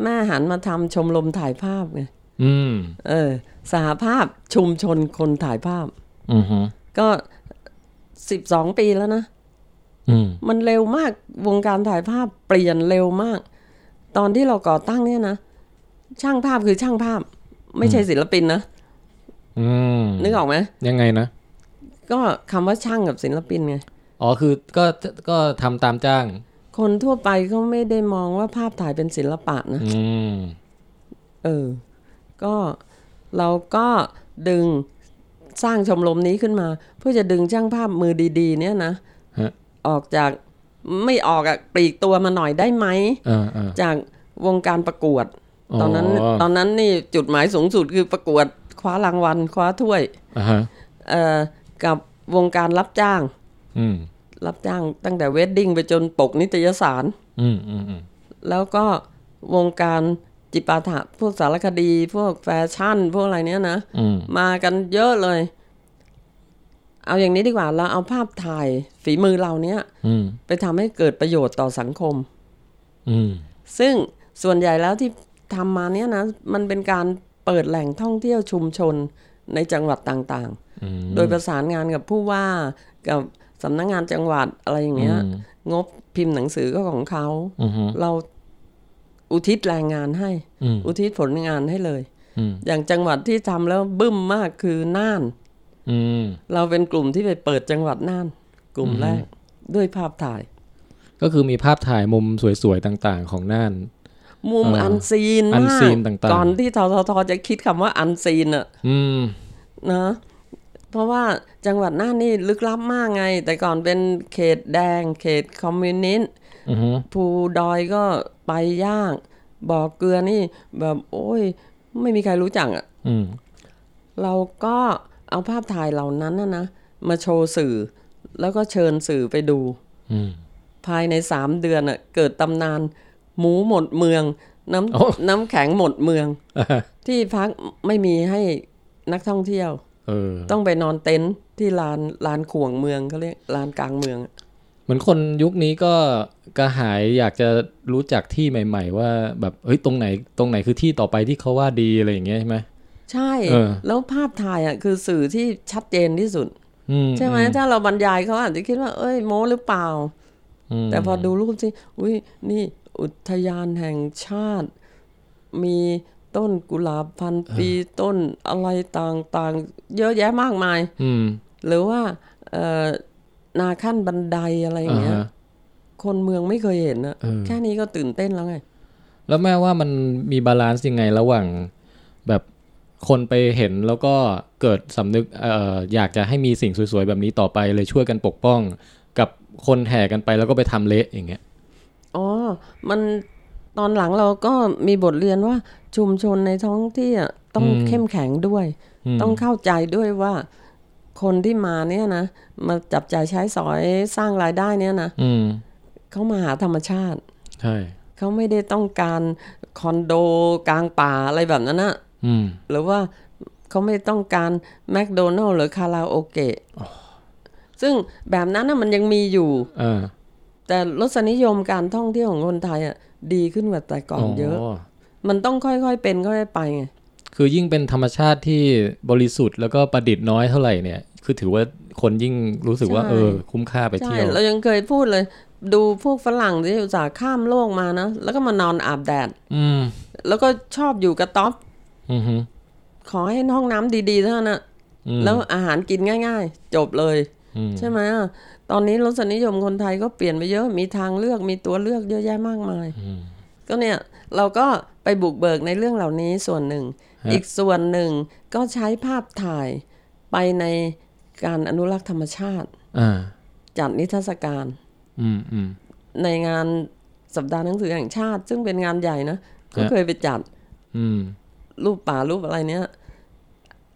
B: แม่หันมาทำชมรมถ่ายภาพไง
A: อืม
B: เออสหภาพชุมชนคนถ่ายภาพ
A: อือฮึ
B: ก็สิบสองปีแล้วนะ
A: อืม
B: มันเร็วมากวงการถ่ายภาพเปลี่ยนเร็วมาก ตอนที่เราก่อตั้งเนี่ยนะ ช่างภาพคือช่างภาพ ไม่ใช่ศิลปินนะ
A: อืม
B: นึกออกไหม
A: ยังไงนะ
B: ก็คำว่าช่างกับศิลปินไง
A: อ๋อคือก็ก็ทำตามจ้าง
B: คนทั่วไปเขาไม่ได้มองว่าภาพถ่ายเป็นศิลปะนะ
A: อืม
B: เออ ก็เราก็ดึงสร้างชมรมนี้ขึ้นมา เพื่อจะดึงช่างภาพมือดี ๆ เนี่ยนะ
A: ฮะ
B: ออกจากไม่ออกอะปลีกตัวมาหน่อยได้ไหม
A: เออเออ
B: จากวงการประกวด
A: อ๋อ
B: ตอนนั้นตอนนั้นนี่จุดหมายสูงสุดคือประกวดคว้ารางวัลคว้าถ้วย
A: อ่าฮะ
B: เอ่อกับวงการรับจ้าง
A: อืม
B: รับจ้างตั้งแต่เวดดิ้งไปจนปกนิตยสาร
A: อืมอืมอืม
B: แล้วก็วงการจิปาถะพวกสารคดี พวกแฟชั่น พวกอะไรเนี้ยนะ
A: อืม
B: มากันเยอะเลย เอาอย่างนี้ดีกว่าเราเอาภาพถ่ายฝีมือเราเนี้ย
A: อืม
B: ไปทำให้เกิดประโยชน์ต่อสังคม
A: อืม
B: ซึ่งส่วนใหญ่แล้วที่ทำมาเนี้ยนะ มันเป็นการเปิดแหล่งท่องเที่ยวชุมชนในจังหวัดต่าง
A: อืม
B: ๆ โดยประสานงานกับผู้ว่ากับสำนักงานจังหวัดอะไรอย่างเงี้ย งบพิมพ์หนังสือก็ของเขา
A: อืม
B: เราอุทิศแรงงานให้
A: อืม
B: อุทิศผลงานให้เลย
A: อืม
B: อย่างจังหวัดที่ทำแล้วบึ้มมากคือน่าน
A: อืม
B: เราเป็นกลุ่มที่ไปเปิดจังหวัดน่าน กลุ่มแรก ด้วยภาพถ่าย
A: ก็คือมีภาพถ่ายมุมสวยๆต่างๆ ของน่าน
B: มุม
A: เอ่ออั
B: อันซีน
A: อัน
B: มาก
A: ซีนต่างๆ
B: ก่อนที่ทททจะคิดคำว่าอันซีนอะ
A: อืม
B: นะเพราะว่าจังหวัดน่านนี่ลึกลับมากไง แต่ก่อนเป็นเขตแดง เขตคอมมิวนิสต์
A: อืม
B: ภูดอยก็ไปยาก บ่อเกลือนี่แบบโอ้ย ไม่มีใครรู้จักอะ
A: อืม
B: เราก็เอาภาพถ่ายเหล่านั้นนะนะมาโชว์สื่อ แล้วก็เชิญสื่อไปดู
A: อืม
B: ภายในสามเดือนน่ะเกิดตำนาน หมูหมดเมือง น้
A: โอ้
B: ำน้ำแข็งหมดเมือง ที่พักไม่มีให้นักท่องเที่ยว
A: เออ
B: ต้องไปนอนเต็นท์ที่ลานลานขวงเมืองเขาเรียกลานกลางเมือง
A: เหมือนคนยุคนี้ก็กระหายอยากจะรู้จักที่ใหม่ ๆ ว่าแบบเฮ้ยตรงไหนตรงไหนคือที่ต่อไปที่เขาว่าดีอะไรอย่างเงี้ยใช่ไหม
B: ใช่
A: เออ
B: แล้วภาพถ่ายอ่ะคือสื่อที่ชัดเจนที่สุด
A: อืม
B: ใช่ไหม
A: อื
B: ถ้าเราบรรยายเขาอาจจะคิดว่า เอ้ยโม้หรือเปล่า
A: ม
B: แต่พอดูรูปสิ อุ้ยนี่อุทยานแห่งชาติ มีต้นกุหลาบพันปีต้นอะไรต่างๆ เยอะแยะมากมาย
A: อืม
B: หรือว่าเอ่อนาขั้นบันไดอะไรอย่า
A: อ่าง
B: เงี้ย
A: ฮะ
B: คนเมืองไม่เคยเห็นอะ
A: เออ
B: แค่นี้ก็ตื่นเต้นแล้วไง
A: แล้วแม่ว่ามันมีบาลานซ์ยังไงระหว่างแบบคนไปเห็นแล้วก็เกิดสำนึกเอ่ออยากจะให้มีสิ่งสวยๆแบบนี้ต่อไปเลยช่วยกันปกป้อง กับคนแห่กันไปแล้วก็ไปทำเละอย่างเงี้ย
B: อ๋อ มันตอนหลังเราก็มีบทเรียนว่าชุมชนในท้องที่อะต้อง
A: อืม
B: เข้มแข็งด้วย
A: ม
B: ต้องเข้าใจด้วยว่าคนที่มาเนี่ยนะ มาจับจ่ายใช้สอยสร้างรายได้เนี่ยนะ
A: อืม
B: เขามาหาธรรมชาติ
A: ใช่
B: เขาไม่ได้ต้องการคอนโดกลางป่าอะไรแบบนั้นนะ
A: อืม
B: หรือว่าเขาไม่ต้องการแมคโดนัลล์หรือคาราโอเกะซึ่งแบบนั้นนะมันยังมีอยู่
A: เออ
B: แต่รสนิยมการท่องเที่ยวของคนไทยอ่ะดีขึ้นกว่าแต่ก่อนเยอะ มันต้องค่อยๆเป็นค่อยๆไปไง
A: คือยิ่งเป็นธรรมชาติที่บริสุทธิ์แล้วก็ประดิษฐ์น้อยเท่าไหร่เนี่ย คือถือว่าคนยิ่งรู้สึกว่า เออ คุ้มค่าไป
B: ใช่
A: เที่ยว
B: เรายังเคยพูดเลย ดูพวกฝรั่งที่อุตส่าห์ข้ามโลกมานะ แล้วก็มานอนอาบแดด
A: อืม
B: แล้วก็ชอบอยู่กระต๊อบ
A: อือฮึ
B: ขอให้ห้องน้ำดีๆเท่านั้นนะ
A: อืม
B: แล้วอาหารกินง่าย ๆ จบเลย
A: อืม
B: ใช่ไหมอะตอนนี้รสนิยมคนไทยก็เปลี่ยนไปเยอะมีทางเลือกมีตัวเลือกเยอะแยะมากมาย
A: อืม
B: ก็เนี่ยเราก็ไปบุกเบิกในเรื่องเหล่านี้ส่วนหนึ่ง
A: ฮะ
B: อีกส่วนหนึ่งก็ใช้ภาพถ่ายไปในการอนุรักษ์ธรรมชาติ
A: อ่า
B: จัดนิทรรศการ
A: อืมอืม
B: ในงานสัปดาห์หนังสือแห่งชาติ ซึ่งเป็นงานใหญ่นะก็
A: ฮะ
B: เคยไปจัด
A: อืม
B: รูปป่ารูปอะไรเนี้ย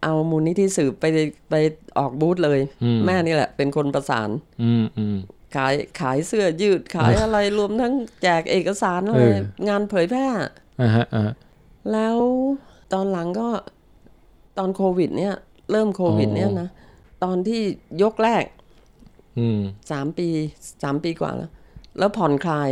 B: เอามูลนิธิสืบไปไปออกบูธเลย
A: อืม
B: แม่นี่แหละ เป็นคนประสาน
A: อืมอืม
B: ขายขายเสื้อยืดขายอะไรรวมทั้งแจกเอกสารอะไร
A: เออ
B: งานเผยแพร่
A: อ่าฮะอ่า
B: แล้วตอนหลังก็ตอนโควิด เนี่ย เริ่มโควิด
A: อ๋อ
B: เนี่ยนะ ตอนที่ยกแรก
A: อืม
B: สามปีสามปีกว่าแล้ว แล้วผ่อนคลาย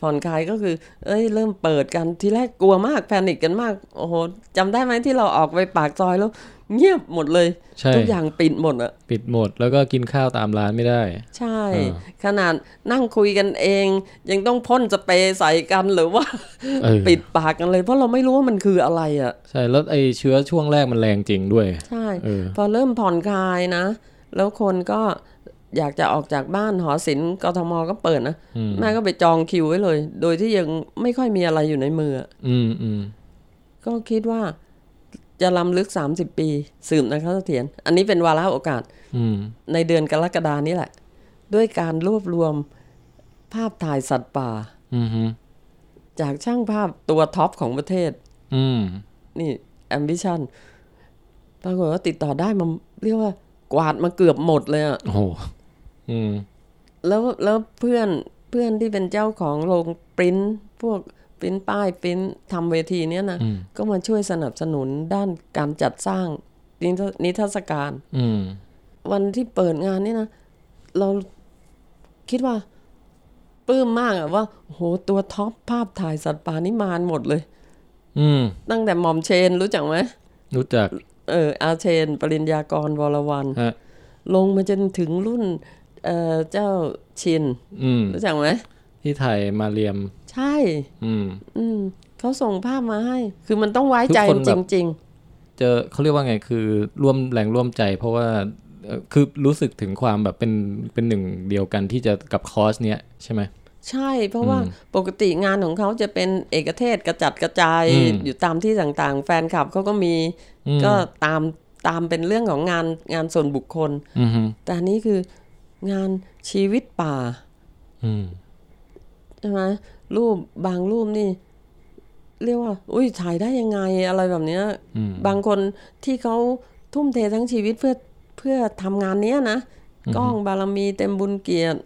B: ผ่อนคลายก็คือ เอ้ย เริ่มเปิดกันทีแรกกลัวมากแพนิคกันมาก โอ้โหจำได้ไหมที่เราออกไปปากซอยแล้ว เงียบหมดเลย
A: ใช่
B: ทุกอย่างปิดหมดอะ
A: ปิดหมดแล้วก็กินข้าวตามร้านไม่ได้
B: ใช่
A: อ่า
B: ขนาดนั่งคุยกันเอง ยังต้องพ่นสเปรย์ใส่กันหรือว่า
A: เออ
B: ปิดปากกันเลย เพราะเราไม่รู้ว่ามันคืออะไรอะ่ะ
A: ใช่แล้วไอเชื้อช่วงแรกมันแรงจริงด้วย
B: ใช่
A: เออ
B: พอเริ่มผ่อนคลายนะ แล้วคนก็อยากจะออกจากบ้านหอศิลป์กทมก็เปิดนะ
A: อืม
B: แม่ก็ไปจองคิวไว้เลย โดยที่ยังไม่ค่อยมีอะไรอยู่ในมืออะ
A: อืมอืม
B: ก็คิดว่าจะลำลึก 30 ปีสืบนะครับเสถียรอันนี้เป็นวาระโอกาส
A: อืม
B: ในเดือนกรกฎานี้แหละ ด้วยการรวบรวมภาพถ่ายสัตว์ป่า
A: อืมฮึ
B: จากช่างภาพตัวท็อปของประเทศ
A: อืม
B: นี่ Ambition ปรากฏว่าติดต่อได้มาเรียกว่า วาดมาเกือบหมดเลยอะ
A: โอ้โหอืม
B: แล้วแล้วเพื่อนเพื่อนที่เป็นเจ้าของโรงปริ้นพวกปริ้นป้ายปริ้นทำเวทีเนี้ยนะ
A: อืม
B: ก็มาช่วยสนับสนุนด้านการจัดสร้างนิทรรนิทรรศการ
A: อืม
B: วันที่เปิดงานนี่นะ เราคิดว่าปลื้มมากอะว่าโหตัวท็อปภาพถ่ายสัตว์ป่านี่มานหมดเลย
A: อืม
B: ตั้งแต่หม่อมเชนรู้จักไหม
A: รู้จัก
B: เอออาเชน ปริญญากรวรวัน
A: ฮะ
B: ลงมาจนถึงรุ่นเอ่อเจ้าชิน
A: อืม
B: รู้จักไหม
A: ที่ไทยมาเรียม
B: ใช่
A: อืม
B: อืมเขาส่งภาพมาให้ คือมันต้องไว้ใจ
A: คือคนแบ
B: จ
A: บ
B: ริง
A: เจอเขาเรียกว่าไงคือร่วมแรงร่วมใจ เพราะว่าเอ่อคือรู้สึกถึงความแบบเป็นเป็นหนึ่งเดียวกันที่จะกับคอร์สเนี้ยใช่ไหม
B: ๆ ใช่ เพราะว่าปกติงานของเขาจะเป็นเอกเทศกระจัดกระจาย
A: อืม
B: อยู่ตามที่ต่างๆ แฟนคลับเขาก็มี
A: อืม
B: ก็ตามตามเป็นเรื่องของงานงานส่วนบุคคล
A: อืมฮึ
B: แต่อันนี้คืองานชีวิตป่า
A: อืม
B: ใช่ไหมรูปบางรูปนี่ เรียกว่า อุ้ยถ่ายได้ยังไงอะไรแบบเนี้ย
A: อืม
B: บางคนที่เขาทุ่มเททั้งชีวิตเพื่อเพื่อทำงานเนี้ยนะกล้องบารมีเต็มบุญเกียรติ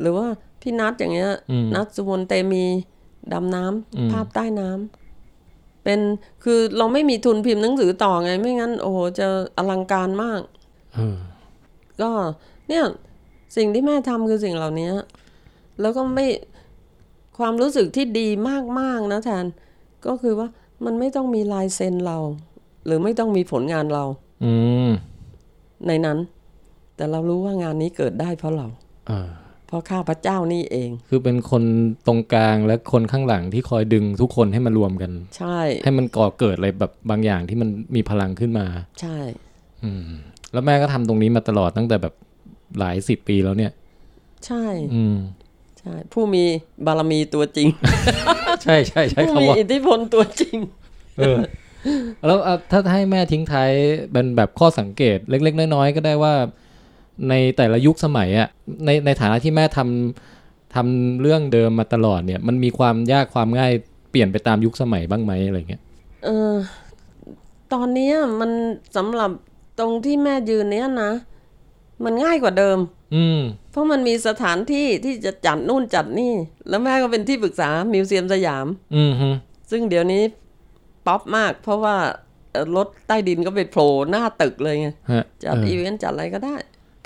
B: หรือว่าพี่นัทอย่างเงี้ย
A: อืม
B: นัทสุวรรณเตมีดำน้
A: อืม
B: ำภาพใต้น้ำเป็นคือเราไม่มีทุนพิมพ์หนังสือต่อไง ไม่งั้น โอ้โห จะอลังการมาก
A: เออ
B: ก็เนี่ยสิ่งที่แม่ทำคือสิ่งเหล่านี้แล้วก็ไม่ความรู้สึกที่ดีมาก ๆ นะแทน ก็คือว่ามันไม่ต้องมีลายเซ็นเรา หรือไม่ต้องมีผลงานเรา
A: อืม
B: ในนั้น แต่เรารู้ว่างานนี้เกิดได้เพราะเรา
A: เออ
B: เพราะข้าพเจ้านี่เอง
A: คือเป็นคนตรงกลางและคนข้างหลังที่คอยดึงทุกคนให้มารวมกัน
B: ใช่
A: ให้มันก่อเกิดอะไรแบบบางอย่างที่มันมีพลังขึ้นมา
B: ใช่
A: อืม แล้วแม่ก็ทำตรงนี้มาตลอดตั้งแต่แบบหลายสิบปีแล้วเนี่ย
B: ใช่
A: อืม
B: ใช่ ผู้มีบารมีตัวจริง
A: ใช่ ใช่ใช่คำ
B: ผู้มี
A: ว่า
B: อิทธิพลตัวจริง
A: เออแล้วอ่ะถ้าให้แม่ทิ้งท้ายเป็นแบบข้อสังเกตเล็ก ๆ น้อย ๆ ก็ได้ว่า ในแต่ละยุคสมัยอ่ะในในฐานะที่แม่ทำทำเรื่องเดิมมาตลอดเนี่ย มันมีความยากความง่ายเปลี่ยนไปตามยุคสมัยบ้างไหมอะไรเงี้ย
B: เออตอนเนี้ยมันสำหรับตรงที่แม่ยืนเนี้ยนะ มันง่ายกว่าเดิม
A: อืม
B: เพราะมันมีสถานที่ที่จะจัดนู่นจัดนี่ แล้วแม่ก็เป็นที่ปรึกษามิวเซียมสยาม
A: อืมฮึ
B: ซึ่งเดี๋ยวนี้ป๊อปมาก เพราะว่าเอ่อรถใต้ดินก็ไปโผล่หน้าตึกเลยไง
A: ฮะ
B: จัด
A: เออ
B: อีเวนต์จัดอะไรก็ได้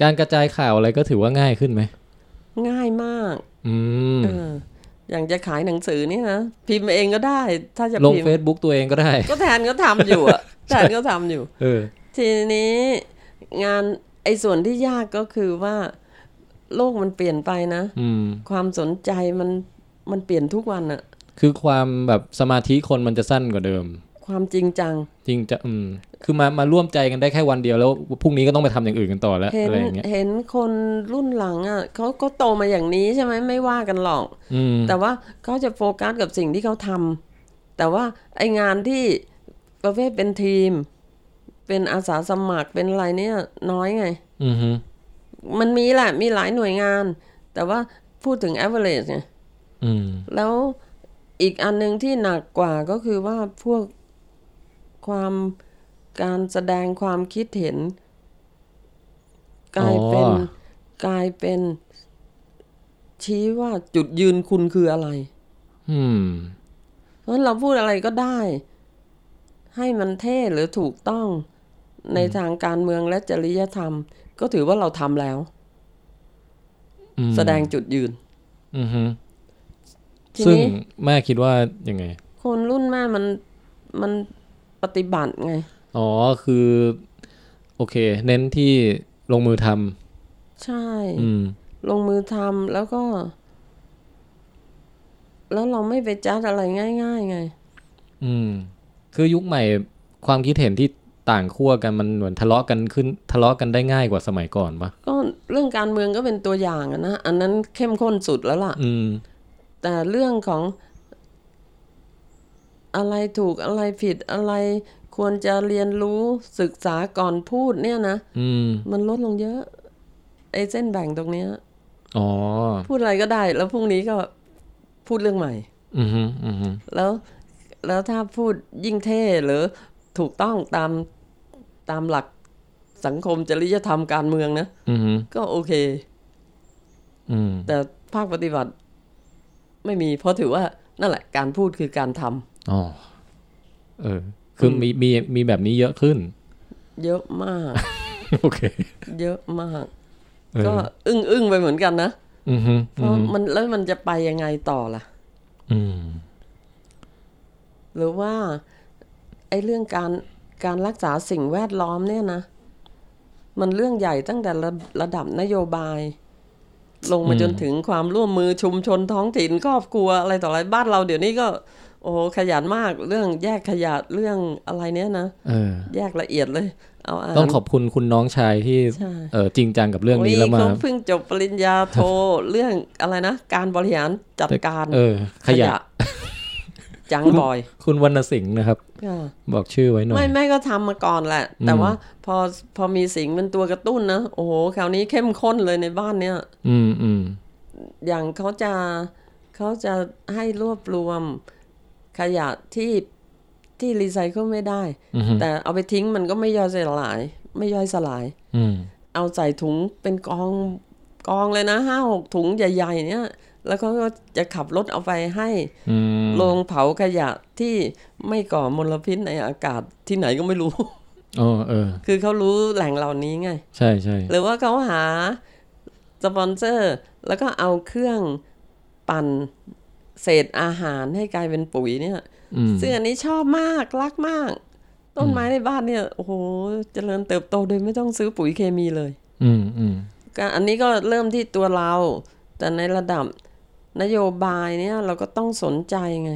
A: การกระจายข่าวอะไรก็ถือว่าง่ายขึ้นไหม
B: ง่ายมาก
A: อืม
B: เอออย่างจะขายหนังสือนี่นะ พิมพ์เองก็ได้ ถ้าจะ
A: ลง
B: พิมพ์
A: Facebook ตัวเองก็ได้
B: ก็แทนก็ทำอยู่อะ แทนก็ทำอยู่
A: เออ
B: ทีนี้งานไอ้ส่วนที่ยากก็คือว่า โลกมันเปลี่ยนไปนะ
A: อืม
B: ความสนใจมันมันเปลี่ยนทุกวันอะ
A: คือความแบบสมาธิคนมันจะสั้นกว่าเดิม
B: ความจริงจัง
A: จริงจะอืมคือมามาร่วมใจกันได้แค่วันเดียวแล้วพรุ่งนี้ก็ต้องไปทำอย่างอื่นกันต่อแล้ว
B: เห็น
A: อะไรอย่างเงี้ย
B: เห็นคนรุ่นหลังอะเขาก็โตมาอย่างนี้ใช่ไหมไม่ว่ากันหรอก
A: อืม
B: แต่ว่าเขาจะโฟกัสกับสิ่งที่เขาทำแต่ว่าไองานที่ประเภทเป็นทีม เป็นอาสาสมัครเป็นอะไรเนี่ยน้อยไง
A: อือฮึ
B: มันมีแหละมีหลายหน่วยงาน แต่ว่าพูดถึง average ไง
A: อืม
B: แล้วอีกอันหนึ่งที่หนักกว่าก็คือว่าพวกความการแสดงความคิดเห็น กลายเป็นกลายเป็น ชี้ว่าจุดยืนคุณคืออะไร
A: อืม
B: เพราะฉะนั้นเราพูดอะไรก็ได้ ให้มันเท่หรือถูกต้องในทางการเมืองและจริยธรรม ก็ถือว่าเราทำแล้ว
A: อืม
B: แสดงจุดยืน
A: อือฮึ
B: ทีนี้
A: ซึ่งแม่คิดว่ายังไง
B: คนรุ่นแม่มันมันปฏิบัติไง
A: อ๋อคือ โอเค เน้นที่ลงมือท
B: ใช่
A: ำอืม
B: ลงมือทำแล้วก็ แล้วเราไม่ไปจัดอะไรง่าย ๆ ไง
A: อืม คือยุคใหม่ความคิดเห็นที่ต่างขั้วกันมันเหมือนทะเลาะกันขึ้นทะเลาะกันได้ง่ายกว่าสมัยก่อนปะ
B: ก็เรื่องการเมืองก็เป็นตัวอย่างอะนะอันนั้นเข้มข้นสุดแล้วล่ะ
A: อืม
B: แต่เรื่องของอะไรถูกอะไรผิดอะไร ควรจะเรียนรู้ศึกษาก่อนพูดเนี่ยนะ
A: อืม
B: มันลดลงเยอะ ไอ้เส้นแบ่งตรงเนี้ย
A: อ๋อ
B: พูดอะไรก็ได้ แล้วพรุ่งนี้ก็พูดเรื่องใหม่
A: อือฮึอือฮึ
B: แล้วแล้วถ้าพูดยิ่งเท่หรือถูกต้องตามตามหลัก สังคมจริยธรรมการเมืองนะ
A: อืม
B: ก็โอเค
A: อืม
B: แต่ภาคปฏิบัติ ไม่มีเพราะถือว่านั่นแหละการพูดคือการทำ
A: อ๋อเออ คือมีมีมีแบบนี้เยอะขึ้น
B: เยอะมาก
A: โอเค
B: เยอะมาก
A: เออ
B: ก็อึ้งอึ้งๆไปเหมือนกันนะ
A: อืมฮึ
B: เพ
A: อื
B: ราะ
A: ม
B: มันแล้วมันจะไปยังไงต่อล่ะ
A: อืม
B: หรือว่าไอ้เรื่องการการรักษาสิ่งแวดล้อมเนี่ยนะ มันเรื่องใหญ่ตั้งแต่ระระดับนโยบาย ลงมาจนถึงความร่วมมือชุมชนท้องถิ่นครอบครัวอะไรต่ออะไรบ้านเราเดี๋ยวนี้ก็ โอ้โหขยันมากเรื่องแยกขยะเรื่องอะไรเนี้ยนะ
A: เออ
B: แยกละเอียดเลย เอาอ่าน
A: ต้องขอบคุณคุณน้องชายที่
B: ใช่
A: เออจริงจังกับเรื่องนี้
B: โย
A: แล้วมา
B: เขาเพิ่งจบปริญญาโทเรื่องอะไรนะการบริหารจัดการ
A: เออ ขยะ
B: จังบอย
A: คุณวรรณสิงห์นะครับ
B: ค่ะ
A: บอกชื่อไว้หน่อย
B: ไม่ไม่ก็ทำมาก่อนแหละ แต่
A: อืม
B: ว่าพอพอมีสิงห์เป็นตัวกระตุ้นนะ โอ้โหคราวนี้เข้มข้นเลยในบ้านเนี่ย
A: อืมอืม
B: อย่างเขาจะเขาจะให้รวบรวมขยะที่ที่รีไซเคิลไม่ได้
A: อืมฮึ
B: แต่เอาไปทิ้งมันก็ไม่ย่อยสลาย ไม่ย่อยสลาย
A: อืม
B: เอาใส่ถุงเป็นกองกองเลยนะห้าหกถุงใหญ่ ๆ เนี่ย แล้วเขาก็จะขับรถเอาไปให้
A: อืม
B: โรงเผาขยะที่ไม่ก่อมลพิษในอากาศที่ไหนก็ไม่รู้
A: อ๋อเออ
B: คือเขารู้แหล่งเหล่านี้ไง
A: ใช่ใช่
B: หรือว่าเขาหาสปอนเซอร์ แล้วก็เอาเครื่องปั่นเศษอาหารให้กลายเป็นปุ๋ยเนี่ย
A: อืม
B: ซึ่งอันนี้ชอบมาก รักมาก ต้นไม้ในบ้านเนี่ย โอ้โห เจริญเติบโตโดยไม่ต้องซื้อปุ๋ยเคมีเลย
A: อืมอืม
B: ก็อันนี้ก็เริ่มที่ตัวเรา แต่ในระดับนโยบายเนี่ยเราก็ต้องสนใจไง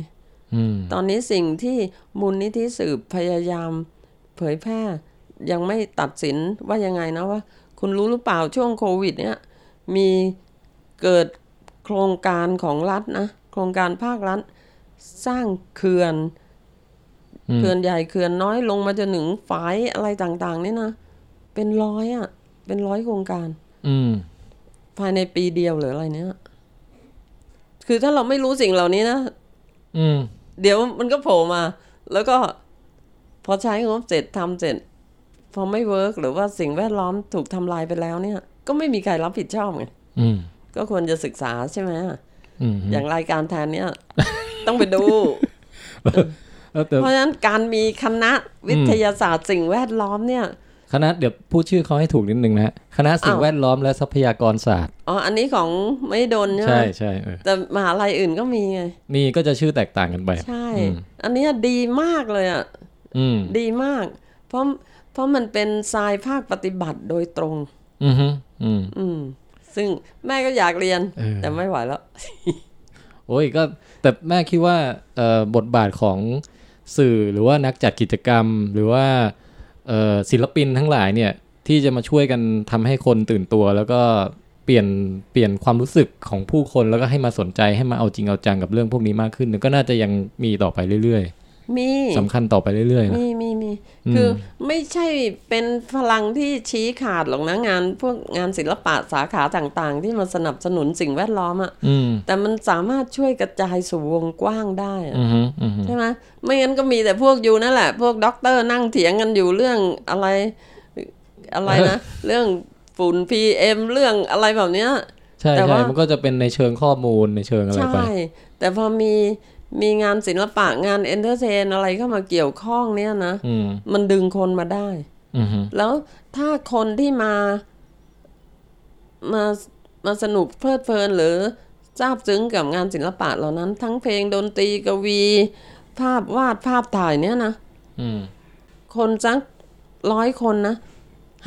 A: อืม
B: ตอนนี้สิ่งที่มูลนิธิสืบพยายามเผยแพร่ ยังไม่ตัดสินว่ายังไงนะว่า คุณรู้หรือเปล่าช่วงโควิด เนี่ย มีเกิดโครงการของรัฐนะโครงการภาครัฐ สร้างเขื่อนเขื่อนใหญ่เขื่อนน้อยลงมาจนถึงฝายอะไรต่างๆ เนี่ยนะ เป็นร้อยอะเป็นร้อยโครงการ
A: อืม
B: ภายในปีเดียวหรืออะไรเนี่ย คือถ้าเราไม่รู้สิ่งเหล่านี้นะ
A: อืม
B: เดี๋ยวมันก็โผล่มา แล้วก็พอใช้งบเสร็จทำเสร็จ พอไม่เวิร์กหรือว่าสิ่งแวดล้อมถูกทำลายไปแล้วเนี่ย ก็ไม่มีใครรับผิดชอบไง
A: อืม
B: ก็ควรจะศึกษาใช่ไหม
A: อืม
B: อย่างรายการแทนเนี่ย ต้องไป ดู
A: แล้วแต่
B: เพราะฉะนั้นการมีคณะวิทยาศาสตร์สิ่งแวดล้อมเนี่ย
A: คณะเดี๋ยวพูดชื่อเขาให้ถูกนิดนึงนะฮะคณะสิ่ง
B: อ้าว
A: แวดล้อมและทรัพยากรศาสตร์
B: อ๋ออันนี้ของไม่โดนใช่ไหม
A: ใช่ใช่เออ
B: แต่มหาลัยอื่นก็มีไง
A: นี่ก็จะชื่อแตกต่างกันไป
B: ใช่
A: อืม
B: อันเนี้ยดีมากเลยอ่ะ
A: อืม
B: ดีมาก เพราะเพราะมันเป็นทรายภาคปฏิบัติโดยตรง
A: อืมฮึอืม
B: อืม ซึ่งแม่ก็อยากเรียน
A: เออ
B: แต่ไม่ไหวแล้ว
A: โอ้ยก็แต่แม่คิดว่าเอ่อบทบาทของสื่อหรือว่านักจัดกิจกรรม หรือว่าเอ่อศิลปินทั้งหลายเนี่ย ที่จะมาช่วยกันทำให้คนตื่นตัว แล้วก็เปลี่ยนเปลี่ยนความรู้สึกของผู้คนแล้วก็ให้มาสนใจให้มาเอาจริงเอาจังกับเรื่องพวกนี้มากขึ้น ก็น่าจะยังมีต่อไปเรื่อย
B: มี
A: ๆสำคัญต่อไปเรื่อยๆนะ
B: มีมีมี
A: อืม
B: คือไม่ใช่เป็นพลังที่ชี้ขาดหรอกนะงาน พวกงานศิลปะสาขาต่างๆ ที่มาสนับสนุนสิ่งแวดล้อมอะ
A: อืม
B: แต่มันสามารถช่วยกระจายสู่วงกว้างได้อะ
A: อืมฮึอืมฮึ
B: ใช่ไหมไม่งั้นก็มีแต่พวกอยู่นั่นแหละ พวกด็อกเตอร์นั่งเถียงกันอยู่เรื่องอะไร อะไรนะ เรื่องฝุ่น PM เรื่องอะไรแบบเนี้ย
A: ใช่
B: แต่
A: ใช่
B: ว่ามั
A: มันก็จะเป็นในเชิงข้อมูลในเชิงอะไรไป
B: ใช่ แต่พอมีมีงานศิลปะงานเอนเตอร์เทนอะไรเข้ามาเกี่ยวข้องเนี่ยนะ
A: อืม
B: มันดึงคนมาได้
A: อืมฮึ
B: แล้วถ้าคนที่มามามาสนุกเพลิดเพลินหรือซาบซึ้งกับงานศิลปะเหล่านั้น ทั้งเพลงดนตรีกวี ภาพวาดภาพถ่ายเนี่ยนะ
A: อืม
B: คนสักร้อยคนนะ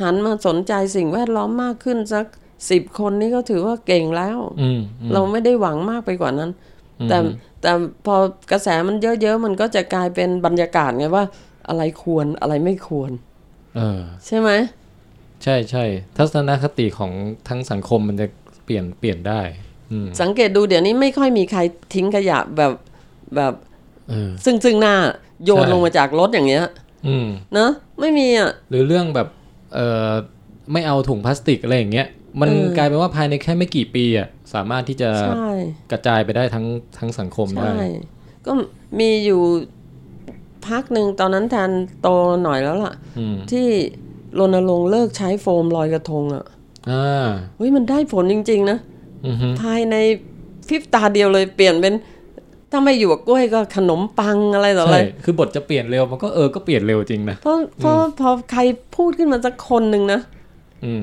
B: หันมาสนใจสิ่งแวดล้อมมากขึ้นสักสิบคนนี่ก็ถือว่าเก่งแล้ว
A: อืมอืม
B: เราไม่ได้หวังมากไปกว่านั้น แต่แต่พอกระแสมันเยอะๆ มันก็จะกลายเป็นบรรยากาศไงว่า อะไรควรอะไรไม่ควร
A: เออ
B: ใช่ไหม
A: ใช่ใช่ทัศนคติของทั้งสังคมมันจะเปลี่ยนเปลี่ยนได้ อืม
B: สังเกตดูเดี๋ยวนี้ไม่ค่อยมีใครทิ้งขยะแบบแบบ
A: เออ
B: ซึ่งซึ่งหน้าโยน
A: ใช่
B: ลงมาจากรถอย่างเงี้ย
A: อืม
B: นะไม่มีอ่ะ
A: หรือเรื่องแบบเออไม่เอาถุงพลาสติกอะไรอย่างเงี้ยมัน
B: เออ
A: กลายเป็นว่าภายในแค่ไม่กี่ปีอ่ะสามารถที่จะ
B: ใช่
A: กระจายไปได้ทั้งทั้งสังคมได้
B: ใช่ ก็มีอยู่พักหนึ่งตอนนั้นแทนโตหน่อยแล้วล่ะ
A: อืม
B: ที่ รณรงค์เลิกใช้โฟมลอยกระทงอะ่ะ
A: อ่า
B: เฮ้ยมันได้ผลจริง ๆ นะ
A: อือฮึ
B: ภายในพริบตาเดียวเลยเปลี่ยนเป็นถ้าไม่อยู่กับกล้วยก็ขนมปังอะไรต่ออะไร
A: ใช่คือบทจะเปลี่ยนเร็วมันก็เออก็เปลี่ยนเร็วจริงนะ
B: เพราะเพราะพอใครพูดขึ้นมาสักคนหนึ่งนะ
A: อืม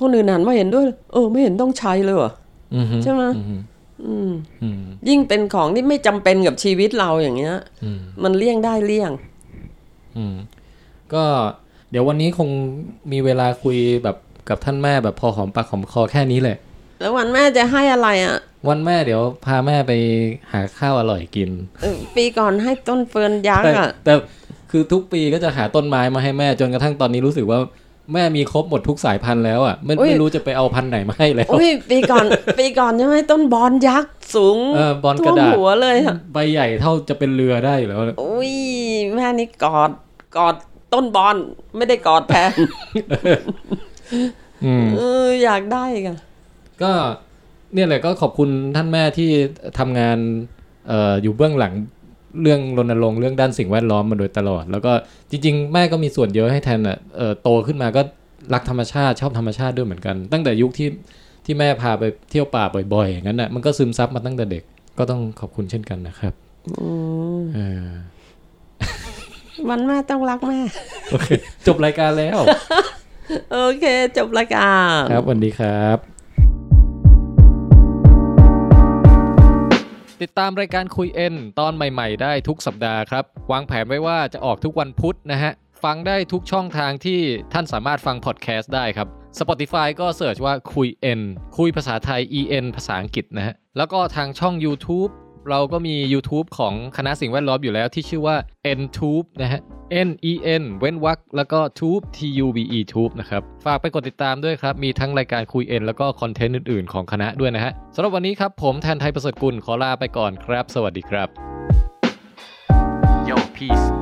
B: คนอื่นหันมาเห็นด้วย เออ ไม่เห็นต้องใช้เลยเหรอ
A: อือฮึ
B: ใช่ไหม
A: อือฮึ
B: อืม
A: อืม
B: ยิ่งเป็นของที่ไม่จำเป็นกับชีวิตเราอย่างเงี้ย
A: อืม
B: มันเลี่ยงได้เลี่ยง
A: อืมก็เดี๋ยววันนี้คงมีเวลาคุยแบบกับท่านแม่แบบพอหอมปากหอมคอแค่นี้เลย
B: แล้ววันแม่จะให้อะไรอะ่ะ
A: วันแม่เดี๋ยวพาแม่ไปหาข้าวอร่อยกิน
B: เออปีก่อนให้ต้นเฟิร์นยักษ์
A: แต่
B: อะ่ะ
A: แต่คือทุกปีก็จะหาต้นไม้มาให้แม่จนกระทั่งตอนนี้รู้สึกว่าแม่มีครบหมดทุกสายพันธุ์แล้วอ่ะไม่
B: อุ๊ย
A: ไม่รู้จะไปเอาพันธุ์ไหนมาให้แล้ว
B: อุ้ยปีก่อน ปีก่อนใช่ไหมต้นบอนยักษ์สูง
A: เออบอลก
B: ท่ว
A: ระ
B: ม
A: ดาษ
B: หัวเลยอะ
A: ใบใหญ่เท่าจะเป็นเรือได้อยู่แล้ว
B: อุ้ยแม่นี่กอดกอดต้นบอนไม่ได้กอดแพน
A: อืม
B: เอออยากได้อีกัน
A: ก็เนี่ยแหละก็ขอบคุณท่านแม่ที่ทำงานเอ่ออยู่เบื้องหลังเรื่องรณรงค์เรื่องด้านสิ่งแวดล้อมมาโดยตลอด แล้วก็จริง ๆ แม่ก็มีส่วนเยอะให้แทนอ่ะเอ่อโตขึ้นมาก็รักธรรมชาติชอบธรรมชาติด้วยเหมือนกัน ตั้งแต่ยุคที่ที่แม่พาไปเที่ยวป่าบ่อยๆอย่างนั้นน่ะมันก็ซึมซับมาตั้งแต่เด็กก็ต้องขอบคุณเช่นกันนะครับเออ
B: วันแม่ต้องรักแม่
A: โอเคจบรายการแล้ว
B: โอเค จบรายการ
A: ครับสวันดีครับ ติดตามรายการคุยเอ็นตอนใหม่ๆ ได้ทุกสัปดาห์ครับ วางแผนไว้ว่าจะออกทุกวันพุธนะฮะ ฟังได้ทุกช่องทางที่ท่านสามารถฟังพอดแคสต์ได้ครับ Spotify ก็เสิร์ชว่าคุยเอ็นคุยภาษาไทย EN ภาษาอังกฤษนะฮะ แล้วก็ทางช่อง YouTube เราก็มี YouTube ของคณะสิ่งแวดล้อมอยู่แล้วที่ชื่อว่า NTube นะฮะ N E N เว้นวรรคแล้วก็ Tube T U B E Tube นะครับ ฝากไปกดติดตามด้วยครับ มีทั้งรายการคุยเอ็นแล้วก็คอนเทนต์อื่นๆของคณะด้วยนะฮะสำหรับวันนี้ครับผมแทนไทยประเสริฐกุลขอลาไปก่อนครับ สวัสดีครับ Yo peace